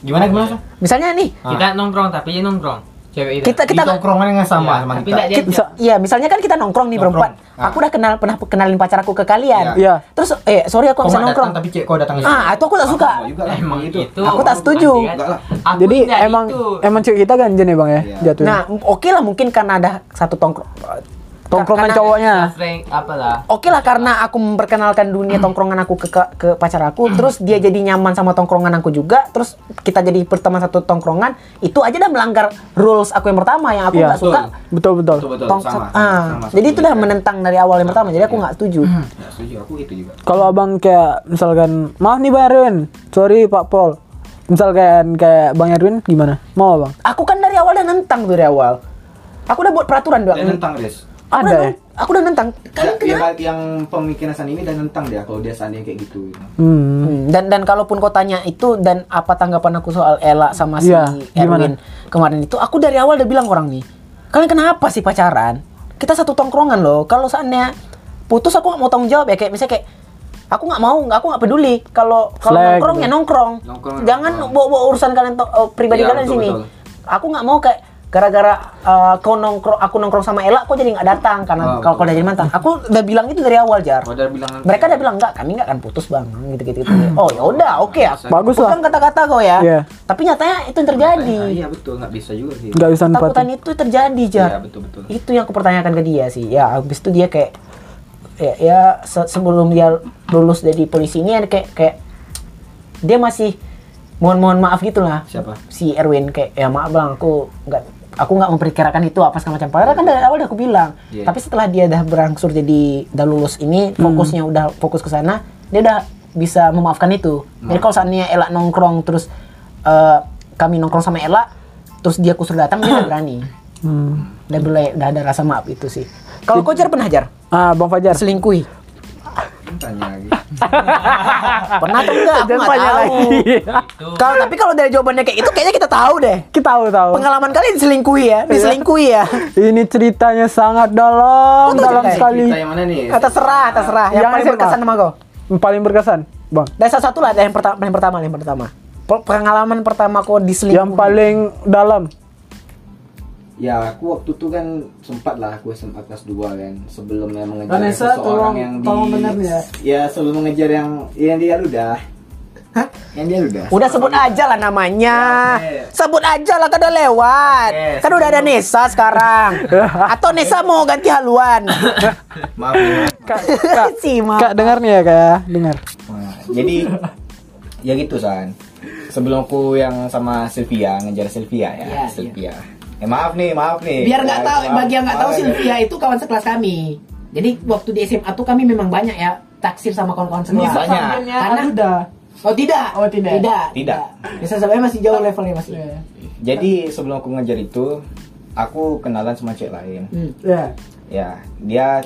S4: gimana gimana Sam?
S1: Misalnya nih,
S3: Kita nongkrong tapi dia nongkrong. Cewek itu.
S1: kita
S4: di
S1: kita
S4: tongkrongan yang sama
S3: Iya,
S4: sama
S3: tapi
S4: kita
S3: tidak diajak.
S2: Bisa-
S1: Iya, misalnya kan kita nongkrong nih berempat.
S4: Nongkrong. Ah.
S1: Aku udah kenal pernah kenalin pacar aku ke kalian.
S2: Iya.
S1: Terus eh sorry aku nggak
S4: Kau
S1: bisa
S4: nggak
S1: nongkrong.
S4: datang, tapi cek kau datang ke
S1: Ah, itu aku tak suka.
S4: mau juga lah
S3: Emang
S4: gitu
S3: itu.
S1: Aku tak setuju.
S4: Enggak lah.
S3: Aku
S2: Jadi
S3: tidak
S2: emang
S3: itu.
S2: emang cewek kita ganjen ya bang ya
S4: Iya.
S2: jatuhnya.
S1: Nah, m- oke lah mungkin karena ada satu tongkrong.
S2: Tongkrongan
S1: karena-
S2: cowoknya.
S3: Frank apalah.
S1: Oke lah karena aku memperkenalkan dunia tongkrongan aku ke ke, ke pacar aku, terus dia jadi nyaman sama tongkrongan aku juga, terus kita jadi berteman satu tongkrongan, itu aja udah melanggar rules aku yang pertama yang aku
S2: Iya.
S1: nggak suka.
S2: Betul betul.
S4: betul betul
S1: Tong-
S4: sama, sama,
S1: ah,
S4: sama, Hmm.
S1: jadi itu udah
S4: Iya.
S1: menentang dari awal yang pertama, jadi aku nggak setuju.
S4: Nggak setuju aku itu juga
S2: Kalau abang kayak misalkan maaf nih bang Erwin, sorry Pak Pol. Misalkan kayak bang Erwin gimana? Mau abang?
S1: Aku kan dari awal udah nentang dari awal. Aku udah buat peraturan
S4: dan
S1: doang.
S4: tentang Riz
S1: Aku
S2: Ada
S1: udah-
S2: ya?
S1: Aku udah nentang.
S4: Kalian kenapa? Yang pemikiran San ini dan tentang dia kalau dia seandainya kayak gitu. gitu.
S2: Hmm.
S1: Hmm, Dan dan kalaupun kau tanya itu dan apa tanggapan aku soal Ella sama si
S2: Iya,
S1: Erwin kemarin itu, aku dari awal udah bilang ke orang nih, kalian kenapa sih pacaran? Kita satu tongkrongan loh. Kalau seandainya putus aku nggak mau tanggung jawab ya kayak misalnya kayak aku nggak mau, nggak- aku nggak peduli kalau kalau
S2: Flag
S1: nongkrong
S2: gitu.
S1: ya nongkrong.
S4: Nongkrong,
S1: Jangan
S4: nongkrong.
S1: bawa urusan kalian to- eh, pribadi
S4: Iya,
S1: kalian di
S4: betul,
S1: sini.
S4: betul.
S1: Aku nggak mau kayak gara-gara eh, kau nongkrong aku nongkrong sama Ella kok jadi nggak datang
S4: Ah,
S1: karena kalau kau
S4: betul. Oh,
S1: udah jadi mantan. Aku udah bilang itu dari awal jar
S4: Kalau dia bilang
S1: mereka udah bilang enggak kami nggak akan putus bang gitu gitu gitu oh ya udah oke ya
S2: Hmm. Bagus lah.
S1: bukan kata-kata kau ya
S2: Iya.
S1: tapi nyatanya itu yang terjadi
S4: Ah, iya betul nggak bisa juga sih.
S2: Nggak bisa
S1: takutan
S2: nempatin.
S1: itu terjadi jar
S4: Iya betul betul.
S1: itu yang aku pertanyakan ke dia sih ya habis itu dia kayak ya, ya se- sebelum dia lulus jadi polisi ini ada kayak kayak dia masih mohon mohon maaf gitulah
S4: Siapa?
S1: si Erwin kayak ya maaf bang aku nggak aku nggak memperkirakan itu apa segala macam padahal kan dari awal udah aku bilang
S4: Iya.
S1: tapi setelah dia udah berangsur jadi udah lulus ini fokusnya udah fokus ke sana dia udah bisa memaafkan itu jadi kalau seandainya Ella nongkrong terus eh, kami nongkrong sama Ella terus dia kusur datang dia udah berani udah boleh udah ada rasa maaf itu sih kalau kojar pernah jar
S2: Ah bang Fajar.
S1: selingkuhi
S4: Tanya lagi.
S1: pernah atau enggak aku nggak tahu kalau tapi kalau dari jawabannya kayak itu kayaknya kita tahu deh
S2: Kita tahu tahu.
S1: pengalaman kalian diselingkuhi ya diselingkuhi ya
S2: Ini ceritanya sangat dalam,
S1: Oh, tahu
S2: dalam
S1: ceritanya?
S2: sekali.
S4: Kita yang mana nih?
S1: Ah, terserah terserah yang,
S2: Yang
S1: paling
S2: SMA.
S1: berkesan sama kau
S2: Paling berkesan, bang.
S1: dari salah satu lah dari yang pertama yang pertama yang pertama Pe- pengalaman pertama kau diselingkuhi
S2: Yang paling dalam.
S4: Ya aku waktu itu kan sempat lah aku SMA kelas 2 kan sebelumnya mengejar
S7: Vanessa, tolong-
S4: seseorang yang di
S7: tolong bener nih ya.
S4: Ya sebelum mengejar yang yang dia udah. Hah? Yang dia udah.
S1: udah sebut aja lah namanya
S4: Ya, oke.
S1: sebut aja lah kan udah lewat
S4: Oke,
S1: kan udah ada Nesa sekarang atau Nesa mau ganti haluan
S4: Maaf ya.
S2: Kak, kak,
S1: si Ma.
S2: kak dengar nih ya kak, ya. dengar.
S4: Nah, jadi ya gitu San. Sebelum aku yang sama Sylvia ngejar Sylvia ya,
S5: Iya,
S4: Sylvia. Eh maaf nih, maaf nih.
S5: biar nggak
S4: Maaf,
S5: tahu
S4: maaf,
S5: bagi yang nggak tahu
S4: maaf ya.
S5: Sylvia itu kawan sekelas kami. Jadi waktu di SMA tuh kami memang banyak ya taksir sama kawan-kawan sekelas.
S4: Banyak.
S7: Sampingnya
S5: Karena-
S7: Aduda.
S5: Oh tidak.
S7: Oh, tidak.
S5: Tidak.
S4: Tidak.
S5: Bisa sebenarnya masih jauh levelnya masih.
S7: Ya.
S4: Jadi sebelum aku ngejar itu, aku kenalan sama cewek lain.
S5: Hmm.
S7: Ya.
S4: Ya, dia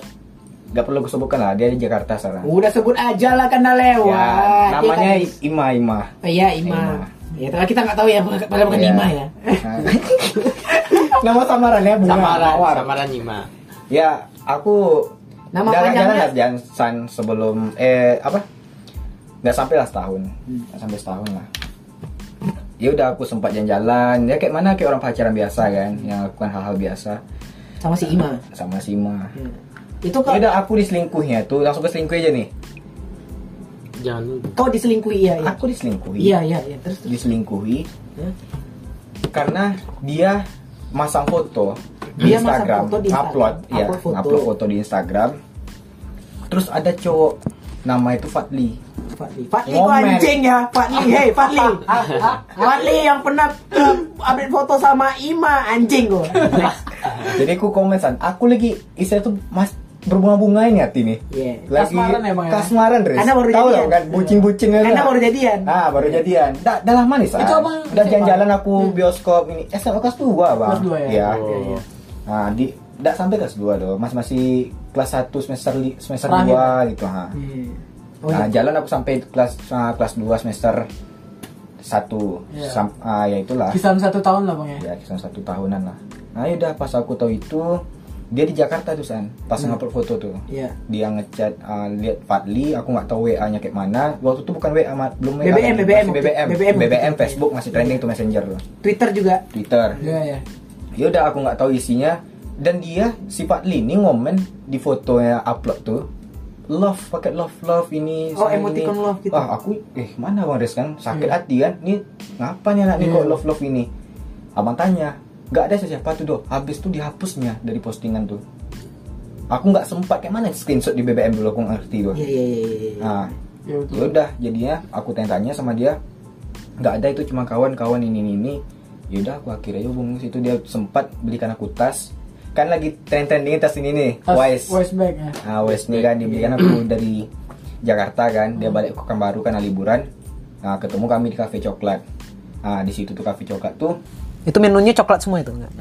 S4: nggak perlu kusebutkan lah, dia di Jakarta sekarang.
S5: Udah sebut aja lah karena
S4: Ya,
S5: lewat.
S4: namanya
S5: Iya kan?
S4: Ima Ima.
S5: Oh, Iya Ima. Ya, tapi kita nggak tahu ya, bukan- padahal bukan
S4: Iya.
S5: Nima ya.
S4: Nah. Nama samaran ya, bunga
S6: Samaran,
S4: mawar.
S6: samaran Nima.
S4: Ya, aku
S5: Nama
S4: jangan
S5: panjangnya?
S4: lah, jangan san sebelum eh apa? Nggak sampai lah setahun,
S5: Hmm.
S4: nggak sampai setahun lah. Ya udah aku sempat jalan-jalan, ya kayak mana kayak orang pacaran biasa kan, yang lakukan hal-hal biasa
S5: Sama si Ima.
S4: sama Sima.
S5: Hmm. Itu
S4: Ya
S5: kok
S4: udah aku diselingkuhnya tuh, langsung ke selingkuh aja nih.
S6: Jangan lupa.
S5: kau diselingkuhi ya. ya.
S4: Aku diselingkuhi.
S5: Iya, iya, iya. Terus terus.
S4: Diselingkuhi ya.
S5: Hah?
S4: karena dia masang foto di
S5: Dia masang
S4: Instagram,
S5: foto di Instagram,
S4: upload, ya,
S5: upload foto.
S4: upload foto di Instagram. Terus ada cowok nama itu Fadli.
S5: Fadli, Fadli kok
S4: Ngomen.
S5: anjing ya, Fadli, hey Fadli, Fadli yang pernah eh, update foto sama Ima anjing kok.
S4: Jadi aku komen san, aku lagi istilah tuh mas berbunga-bunga ini hati nih.
S5: Iya.
S4: Lagi
S7: Kasmaran emang ya?
S4: Kasmaran, Riz.
S5: Karena baru
S4: Tahu
S5: jadian.
S4: dong kan, bucin-bucin kan.
S5: Karena baru jadian. Iya.
S4: Ah, baru jadian. Dah, dah lama nih, San.
S7: Itu abang
S4: Udah
S7: SMA?
S4: jalan-jalan aku
S5: Hmm.
S4: bioskop ini. SMA kelas 2, Bang.
S7: Kelas dua ya?
S4: Iya.
S7: Oh. Iya, iya.
S4: Nah, di enggak sampai kelas 2 dong. Mas masih kelas 1 semester li- semester
S7: Terakhir, Hmm.
S4: 2 gitu, ha.
S2: Hmm.
S5: Oh,
S4: nah,
S5: iya.
S4: jalan aku sampai kelas ah, kelas 2 semester 1.
S7: Iya.
S4: Sam- ah, ya itulah
S7: Kisaran satu tahun lah bang ya.
S4: ya kisaran satu tahunan lah nah yaudah pas aku tahu itu dia di Jakarta tuh san pas ngupload foto tuh
S5: Iya.
S4: dia ngechat uh, lihat Fadli aku nggak tahu WA nya kayak mana waktu itu bukan WA ma- belum WA
S5: BBM,
S4: lagi.
S5: BBM,
S4: Masih BBM
S5: BBM.
S4: BBM Facebook masih trending tuh messenger tuh
S5: Twitter juga.
S4: Twitter
S7: Iya ya.
S4: yaudah aku nggak tahu isinya dan dia si Fadli ini ngomen di fotonya upload tuh love pakai love love ini
S5: Oh,
S4: sayang
S5: emoticon
S4: ini.
S5: love gitu. Hmm.
S4: ah aku eh mana bang Res kan sakit hati kan ini ngapa nih anak
S5: Iya.
S4: ini kok love love ini abang tanya nggak ada siapa tuh doh habis tuh dihapusnya dari postingan tuh aku nggak sempat kayak mana screenshot di BBM dulu aku nggak ngerti doh
S5: Iya, iya, iya, iya, iya.
S4: nah
S7: Ya betul.
S4: ya udah jadinya aku tanya-tanya sama dia nggak ada itu cuma kawan-kawan ini ini, ini. ya udah aku akhirnya hubungi situ dia sempat belikan aku tas kan lagi tren trendingnya tas ini nih
S7: Tas
S4: Wise
S7: Wise bag ya.
S4: nah, Wise nih kan dibelikan aku dari Jakarta kan dia balik ke Pekanbaru kan liburan nah ketemu kami di kafe coklat nah di situ tuh kafe coklat tuh
S1: Itu menunya coklat semua itu enggak?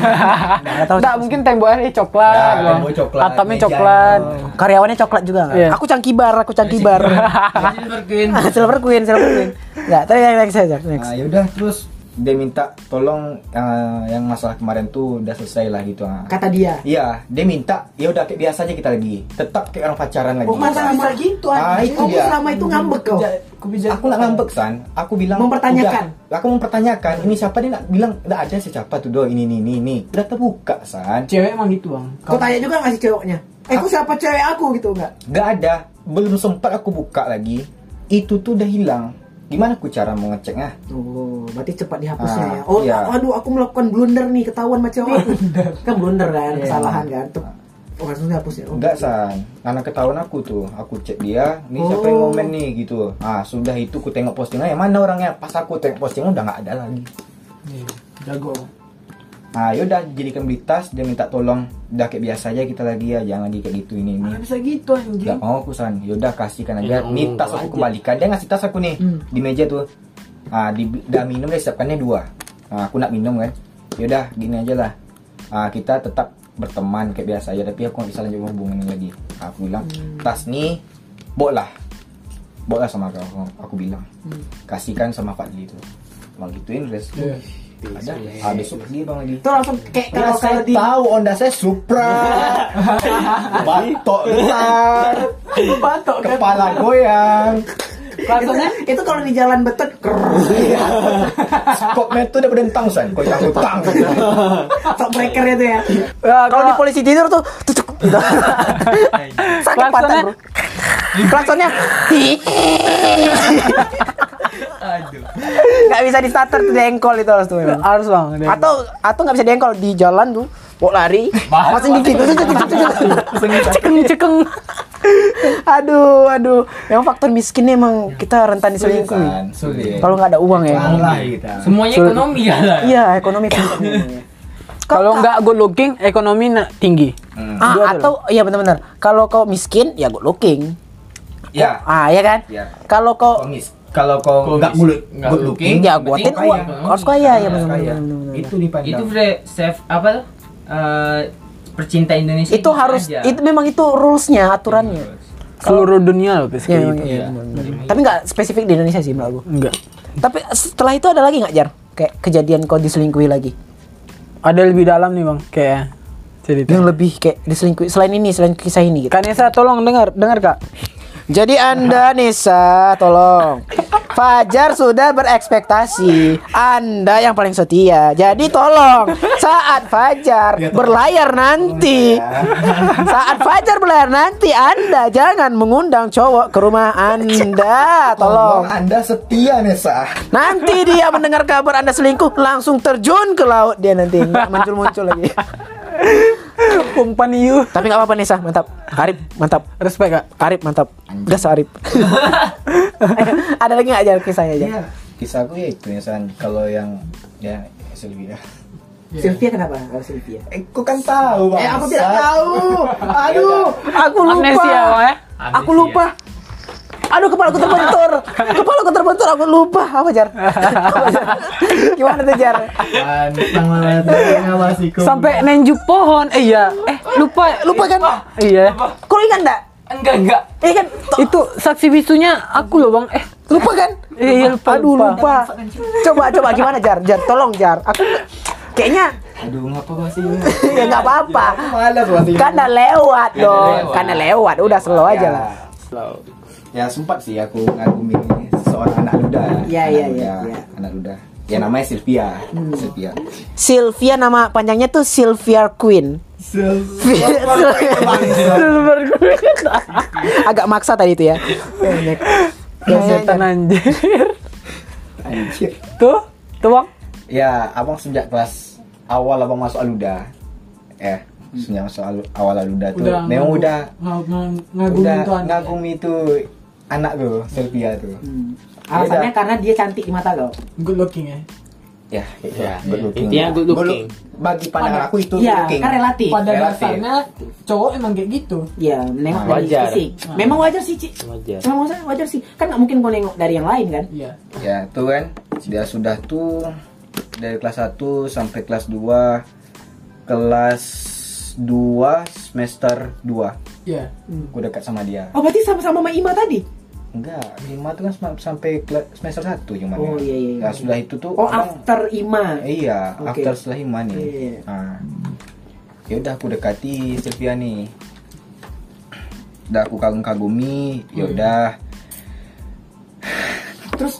S1: Enggak tahu.
S2: Enggak, mungkin temboknya coklat.
S4: Nah,
S2: Bang.
S4: tembok coklat,
S2: Atapnya
S4: meja.
S2: coklat.
S1: Karyawannya coklat juga enggak?
S2: Iya.
S1: Aku cangkibar, aku cangkibar. Ah,
S6: Silver Queen.
S1: silver Queen, Silver Queen. Enggak, tadi next next aja, next.
S4: Nah, yaudah terus dia minta tolong eh, yang masalah kemarin tuh udah selesai lah gitu ah.
S5: Kata dia.
S4: Iya, dia minta ya udah kayak biasa aja kita lagi. Tetap kayak orang pacaran lagi.
S5: Oh, masa bisa gitu
S4: Ah,
S5: anjing?
S4: itu
S5: Kamu
S4: dia.
S5: selama itu ngambek kau.
S7: Kebijakan- kebijakan-
S4: Aku nggak ngambek san, aku bilang
S5: Mempertanyakan.
S4: udah. Aku mempertanyakan ini siapa dia nak bilang nggak ada sih siapa tuh do ini ini ini ini. Udah terbuka san,
S7: Cewek emang gitu bang.
S5: Kau tanya juga nggak sih ceweknya? Eh, kau siapa cewek aku gitu enggak?
S4: nggak ada. Belum sempat aku buka lagi, itu tuh udah hilang. Gimana aku cara ah? mengeceknya?
S5: Oh, berarti cepat dihapusnya
S4: Ah,
S5: ya. Oh,
S4: iya.
S5: aduh aku melakukan blunder nih, ketahuan macam aku. kan blunder kan,
S1: Iya.
S5: kesalahan kan. Tuh. Oh, langsung dihapus ya. Oh,
S4: Enggak san, karena ketahuan aku tuh, aku cek dia, ini
S5: Oh.
S4: siapa yang komen nih gitu. Ah sudah itu ku tengok postingnya, yang mana orangnya? Pas aku tengok postingnya udah nggak ada lagi.
S7: Iya. Jago. Bang.
S4: Nah yaudah jadikan beli tas, dia minta tolong, udah kayak biasa aja kita lagi ya, jangan lagi kayak gitu ini ini.
S7: Nggak bisa gitu
S4: Gak
S7: anjing.
S4: mau aku san, yaudah kasihkan aja.
S6: Ya,
S4: Ini
S6: ngomong
S4: tas
S6: aja.
S4: aku kembalikan, dia ngasih tas aku nih di meja tuh. Ah di, udah minum dia siapkannya dua. Nah, aku nak minum kan, yaudah gini aja lah. Ah, kita tetap berteman kayak biasa aja, tapi aku nggak bisa lanjut hubungan lagi. Aku bilang tas nih, bawa lah, bawa lah sama kau. Aku, aku bilang, kasihkan sama Fadli itu. Mau gituin, res.
S7: Iya.
S4: Ada, ah, besok pergi bang lagi.
S5: Itu langsung
S1: Eh,
S5: kayak
S4: Kalau
S5: kalau
S4: Iya, saya
S5: kalau di
S4: tahu Honda saya Supra. Batok besar.
S7: Batok kan.
S4: Kepala goyang.
S7: Rasanya
S5: Gitu. itu kalau di jalan betet
S4: Skopnya tuh udah berdentang, San. Kau yang utang. Kan,
S5: sok breakernya tuh ya.
S2: Ya,
S1: Kalau di polisi tidur tuh tucuk gitu. Sakit patah,
S2: Klaksonnya-
S1: Bro. Klaksonnya
S3: Aduh.
S1: nggak bisa di starter tuh dengkol itu harus tuh memang.
S2: harus bang. Ada-
S1: atau atau nggak bisa dengkol di jalan tuh mau lari masih dikit cekeng cekeng aduh aduh memang faktor miskin emang kita rentan
S4: Iya.
S1: diselingkuh nih.
S4: Sulit.
S1: kalau nggak ada uang ya
S4: Kalah kita.
S3: Semuanya
S2: Sulit.
S3: ekonomi ya lah.
S1: iya ekonomi penting
S2: kalau nggak good looking, ekonomi na- tinggi.
S4: Hmm.
S2: Dua
S1: ah,
S2: tuh
S1: atau iya benar-benar kalau kau miskin ya good looking
S4: Ya.
S1: ah ya kan
S4: Ya.
S1: kalau kau
S4: Komis. Kalau kau
S3: Komis.
S4: nggak mulut,
S3: Nggak
S4: good
S3: looking,
S4: looking,
S1: ya gua
S3: penting
S1: tin
S4: kaya.
S1: uang harus kaya ya benar-benar,
S4: kaya.
S1: benar-benar
S4: Itu
S3: Itu
S4: dipandang.
S3: bre chef Gitu, apa tuh? Eh, percinta
S6: Iya,
S3: Indonesia.
S1: itu
S3: gitu
S1: harus
S3: aja.
S1: itu memang itu rulesnya aturannya
S2: Seluruh dunia loh, pes
S1: Ya,
S2: kayak
S7: Iya,
S1: memang
S2: gitu.
S1: iya, benar-benar. Tapi nggak spesifik di Indonesia sih menurut aku.
S2: Enggak.
S1: Tapi setelah itu ada lagi nggak Jar? Kayak kejadian kau diselingkuhi lagi?
S2: Ada lebih dalam nih bang, kayak cerita.
S1: Yang lebih kayak diselingkuhi selain ini, selain kisah ini gitu.
S2: Kak Nesa tolong dengar, dengar kak.
S1: Jadi Anda Nisa, tolong. Fajar sudah berekspektasi Anda yang paling setia. Jadi tolong saat Fajar berlayar nanti, saat Fajar berlayar nanti Anda jangan mengundang cowok ke rumah Anda. Tolong.
S4: Anda setia Nesa.
S1: Nanti dia mendengar kabar Anda selingkuh langsung terjun ke laut dia nanti nggak muncul-muncul lagi.
S2: Umpan iu.
S1: Tapi nggak apa-apa Nisa, mantap. Arif, mantap.
S2: Respect kak.
S1: Arif mantap. Gas Arif. Ada lagi nggak Jar kisahnya Jar?
S4: Iya. Kisahku ya itu Nesa. Kalau yang ya Sylvia.
S1: Sylvia kenapa? Kalau Sylvia.
S4: Eh, kau kan tahu Ya, bang.
S1: Eh aku tidak tahu. Aduh, aku lupa.
S2: Amnesia, Bang, ya?
S1: Aku lupa. Aduh kepala aku terbentur. Kepala aku terbentur aku lupa. Apa Jar? Apa, Jar? Gimana tuh Jar?
S7: Pantang banget ngawasiku.
S2: Sampai nenjuk pohon. Eh iya. Eh lupa,
S1: Lupa kan?
S2: Iya.
S1: Kau ingat enggak?
S3: Enggak, enggak.
S1: Eh kan
S2: Itu saksi bisunya aku loh bang. Eh
S1: lupa kan?
S2: Eh, iya, lupa,
S1: Aduh
S2: lupa.
S1: lupa. Coba coba gimana Jar? Jar tolong Jar. Aku kayaknya
S4: Aduh ngapa masih? Iya.
S1: ya nggak apa-apa.
S4: Malas masih.
S1: Kan udah lewat dong.
S3: lewat.
S1: Karena lewat. Udah slow aja
S4: Ya.
S1: lah.
S4: Ya sempat sih aku ngagumi seorang anak luda.
S1: Iya,
S4: Anak
S1: iya,
S4: luda,
S1: iya, iya.
S4: Anak luda. Ya namanya Sylvia. Sylvia.
S1: Sylvia nama panjangnya tuh Sylvia Queen. Agak maksa tadi itu ya.
S7: Iya,
S2: ya, setan anjir.
S4: Anjir.
S2: Tuh, tuh bang.
S4: Ya, abang sejak kelas awal abang masuk aluda. Eh, sejak masuk alu- awal aluda tuh.
S7: Udah
S4: memang
S7: ngagu-
S4: udah
S7: nga- nga- ngagumin
S4: udah
S7: tuh anak.
S4: ngagumi itu anak tuh, Sylvia tuh.
S5: Alasannya karena dia cantik di mata kau.
S7: Good looking ya.
S4: Ya, kayak gitu.
S6: Ya,
S4: Good
S6: iya.
S4: looking.
S6: Intinya good
S4: Good
S6: looking.
S4: look- Bagi pandangan aku
S1: Ya,
S4: itu good
S5: Iya,
S4: looking.
S5: kan relatif.
S7: Pada
S4: Relatif.
S7: dasarnya cowok emang kayak gitu.
S5: Iya, nengok
S6: Nah,
S5: dari
S6: wajar.
S5: fisik. Memang wajar sih, Ci.
S6: Wajar.
S5: Cuma maksudnya wajar sih. Kan nggak mungkin kau nengok dari yang lain kan?
S7: Iya.
S4: Ya, tuh kan. Dia sudah tuh dari kelas 1 sampai kelas 2 kelas 2 semester 2
S7: Iya.
S4: aku dekat sama dia
S5: Oh, berarti sama-sama sama Ima tadi?
S4: enggak lima tuh kan sem- sampai kela- semester 1 cuman
S5: Oh, iya, iya, iya.
S4: Nah, sudah itu tuh
S5: Oh,
S4: abang-
S5: after Ima.
S4: Iya,
S5: Oke.
S4: after setelah Hima nih.
S5: Iya.
S4: Nah, ya udah aku dekati Sylvia nih. Udah aku kagum-kagumi,
S5: Hmm.
S4: ya udah.
S5: Terus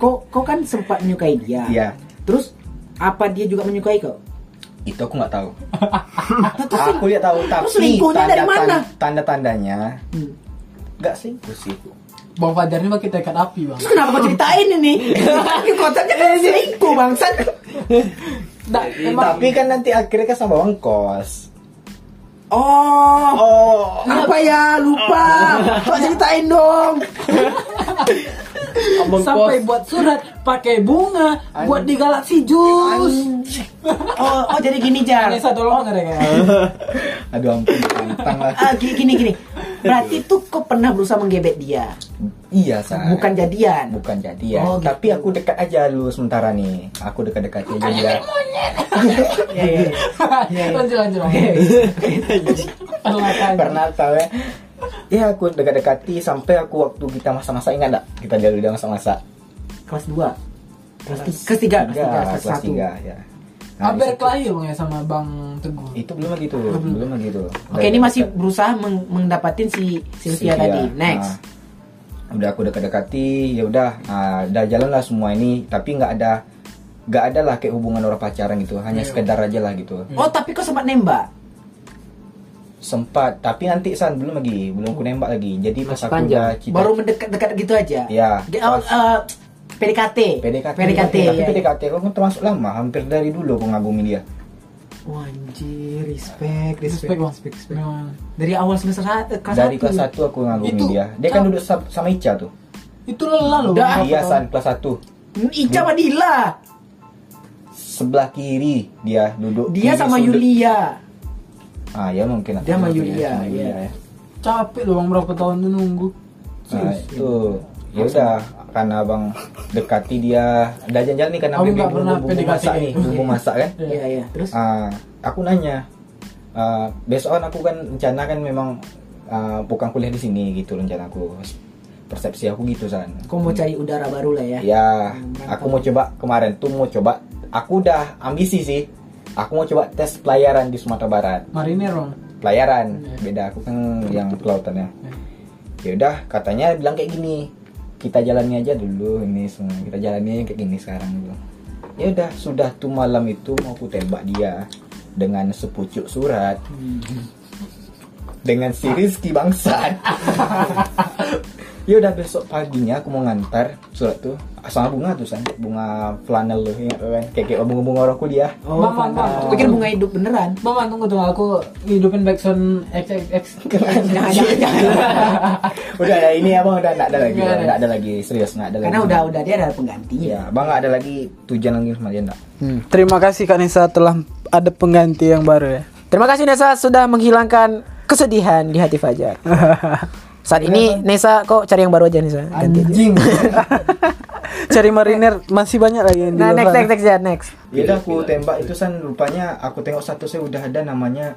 S5: kau kau kan sempat menyukai dia.
S4: Iya.
S5: Terus apa dia juga menyukai kau?
S4: Itu aku nggak tahu.
S5: terus
S4: aku lihat tahu
S5: terus
S4: tapi
S5: selingkuhnya dari mana?
S4: tanda tandanya
S5: Hmm.
S4: nggak selingkuh sih.
S7: Bang Fajar ini pakai tekad api bang.
S5: Terus kenapa kau ceritain ini? Kan Konsepnya kan selingkuh bangsat.
S7: Nah, emang
S4: Tapi kan nanti akhirnya kan sama bang kos.
S5: Oh,
S4: Oh,
S5: apa ya lupa. Coba ceritain dong.
S7: sampai buat surat, pakai bunga, buat di galaksi jus.
S5: Oh, oh jadi gini Jar.
S7: Nesa tolong ada kayak.
S4: aduh ampun pantang lah.
S5: Ah, gini, gini gini. Berarti tuh kau pernah berusaha menggebet dia,
S4: Iya sah.
S5: bukan jadian.
S4: bukan jadian.
S5: Oh, gitu.
S4: Tapi aku dekat aja lu sementara nih. Aku dekat-dekat aja dia.
S5: Iya, iya.
S7: Lanjut lanjut bang. Perlahan.
S4: pernah tahu ya ya aku dekat-dekati sampai aku waktu kita masa-masa ingat gak kita dulu dia masa-masa
S5: Kelas 2. Kelas 3, kelas 3,
S4: tiga
S5: kelas
S4: kelas
S5: 1.
S4: tiga ya Nah,
S7: Hampir
S4: di situ-
S7: kelahi bang ya sama bang Teguh.
S4: itu belum lagi tuh belum lagi tuh
S5: Oke, ini masih berusaha meng- mendapatin si Sylvia tadi. Next.
S4: Nah, Iya. udah aku dekat-dekati ya udah nah, udah jalan lah semua ini tapi nggak ada nggak ada lah kayak hubungan orang pacaran gitu
S5: Iya.
S4: hanya sekedar aja lah gitu
S5: Oh, tapi kau sempat nembak.
S4: sempat tapi nanti san belum lagi belum aku nembak lagi jadi pas
S6: Masih
S4: aku
S6: panjang.
S4: udah cita
S5: Baru mendekat-dekat gitu aja.
S4: Ya.
S5: Di- oh, eh, PDKT.
S4: PDKT
S5: PDKT.
S4: tapi
S5: ya.
S4: PDKT aku kan termasuk lama hampir dari dulu aku ngagumi dia
S5: Wah, anjir, respect, respect.
S7: Respect bang. Memang.
S5: Dari awal semester sa- eh, kelas
S4: dari
S5: satu.
S4: kelas 1 aku ngagumi
S7: Itu,
S4: dia dia kan duduk sa- sama Ica tuh
S7: Itu lelah loh.
S5: Dah.
S7: Bang.
S4: iya saat kelas 1
S5: Hmm, Ica sama Dila.
S4: sebelah kiri dia duduk
S5: Dia
S4: kiri
S5: sama
S4: sudut.
S5: Yulia.
S4: ah ya mungkin aku
S5: Dia sama
S4: ngerti ya,
S5: Yulia,
S4: sama Yulia,
S5: iya.
S4: ya.
S7: Capek loh bang berapa tahun tuh nunggu.
S4: nah itu ya udah karena abang dekati dia udah jalan-jalan nih karena
S7: Kamu
S4: bumbu,
S7: nggak
S4: bumbu,
S7: pernah
S4: bumbu
S7: PDKT
S4: masak
S7: ini.
S4: nih bumbu masak kan
S7: Iya.
S5: Iya, iya. Terus
S4: Ah, aku nanya ah, besokan aku kan rencana kan memang ah, bukan kuliah di sini gitu rencana aku persepsi aku gitu san
S5: Kau mau cari udara baru lah ya.
S4: ya aku mau coba kemarin tuh mau coba aku udah ambisi sih aku mau coba tes pelayaran di Sumatera Barat
S7: Marinir dong.
S4: pelayaran beda aku kan yang kelautannya ya udah katanya bilang kayak gini kita jalani aja dulu ini semua kita jalani kayak gini sekarang dulu ya udah sudah tuh malam itu mau aku tembak dia dengan sepucuk surat dengan si Rizky bangsat ya udah besok paginya aku mau ngantar surat tuh sama bunga tuh san bunga flanel tuh ingat tuh kan kayak kayak bunga-bunga orang kuliah
S5: Oh,
S7: Bang, bang, bang.
S5: Aku pikir bunga hidup beneran.
S7: Bang, bang, tunggu tunggu aku hidupin backsound XXX.
S5: Jangan, jangan, jangan.
S4: udah ada ini abang udah nggak ada lagi
S7: Nggak ada.
S4: nggak ada lagi serius nggak ada lagi
S5: Karena udah udah dia ada penggantinya.
S4: Iya, bang nggak ada lagi tujuan lagi sama dia nggak?
S2: Hmm, Terima kasih Kak Nisa telah ada pengganti yang baru ya.
S1: Terima kasih Nesa sudah menghilangkan kesedihan di hati Fajar. Saat ini Nesa kok cari yang baru aja Nesa ganti. aja.
S2: Cari marinir masih banyak lagi yang di
S1: Nah
S2: luar
S1: next
S2: sana.
S1: next next ya next.
S4: Ya udah aku tembak itu san rupanya aku tengok satu saya udah ada namanya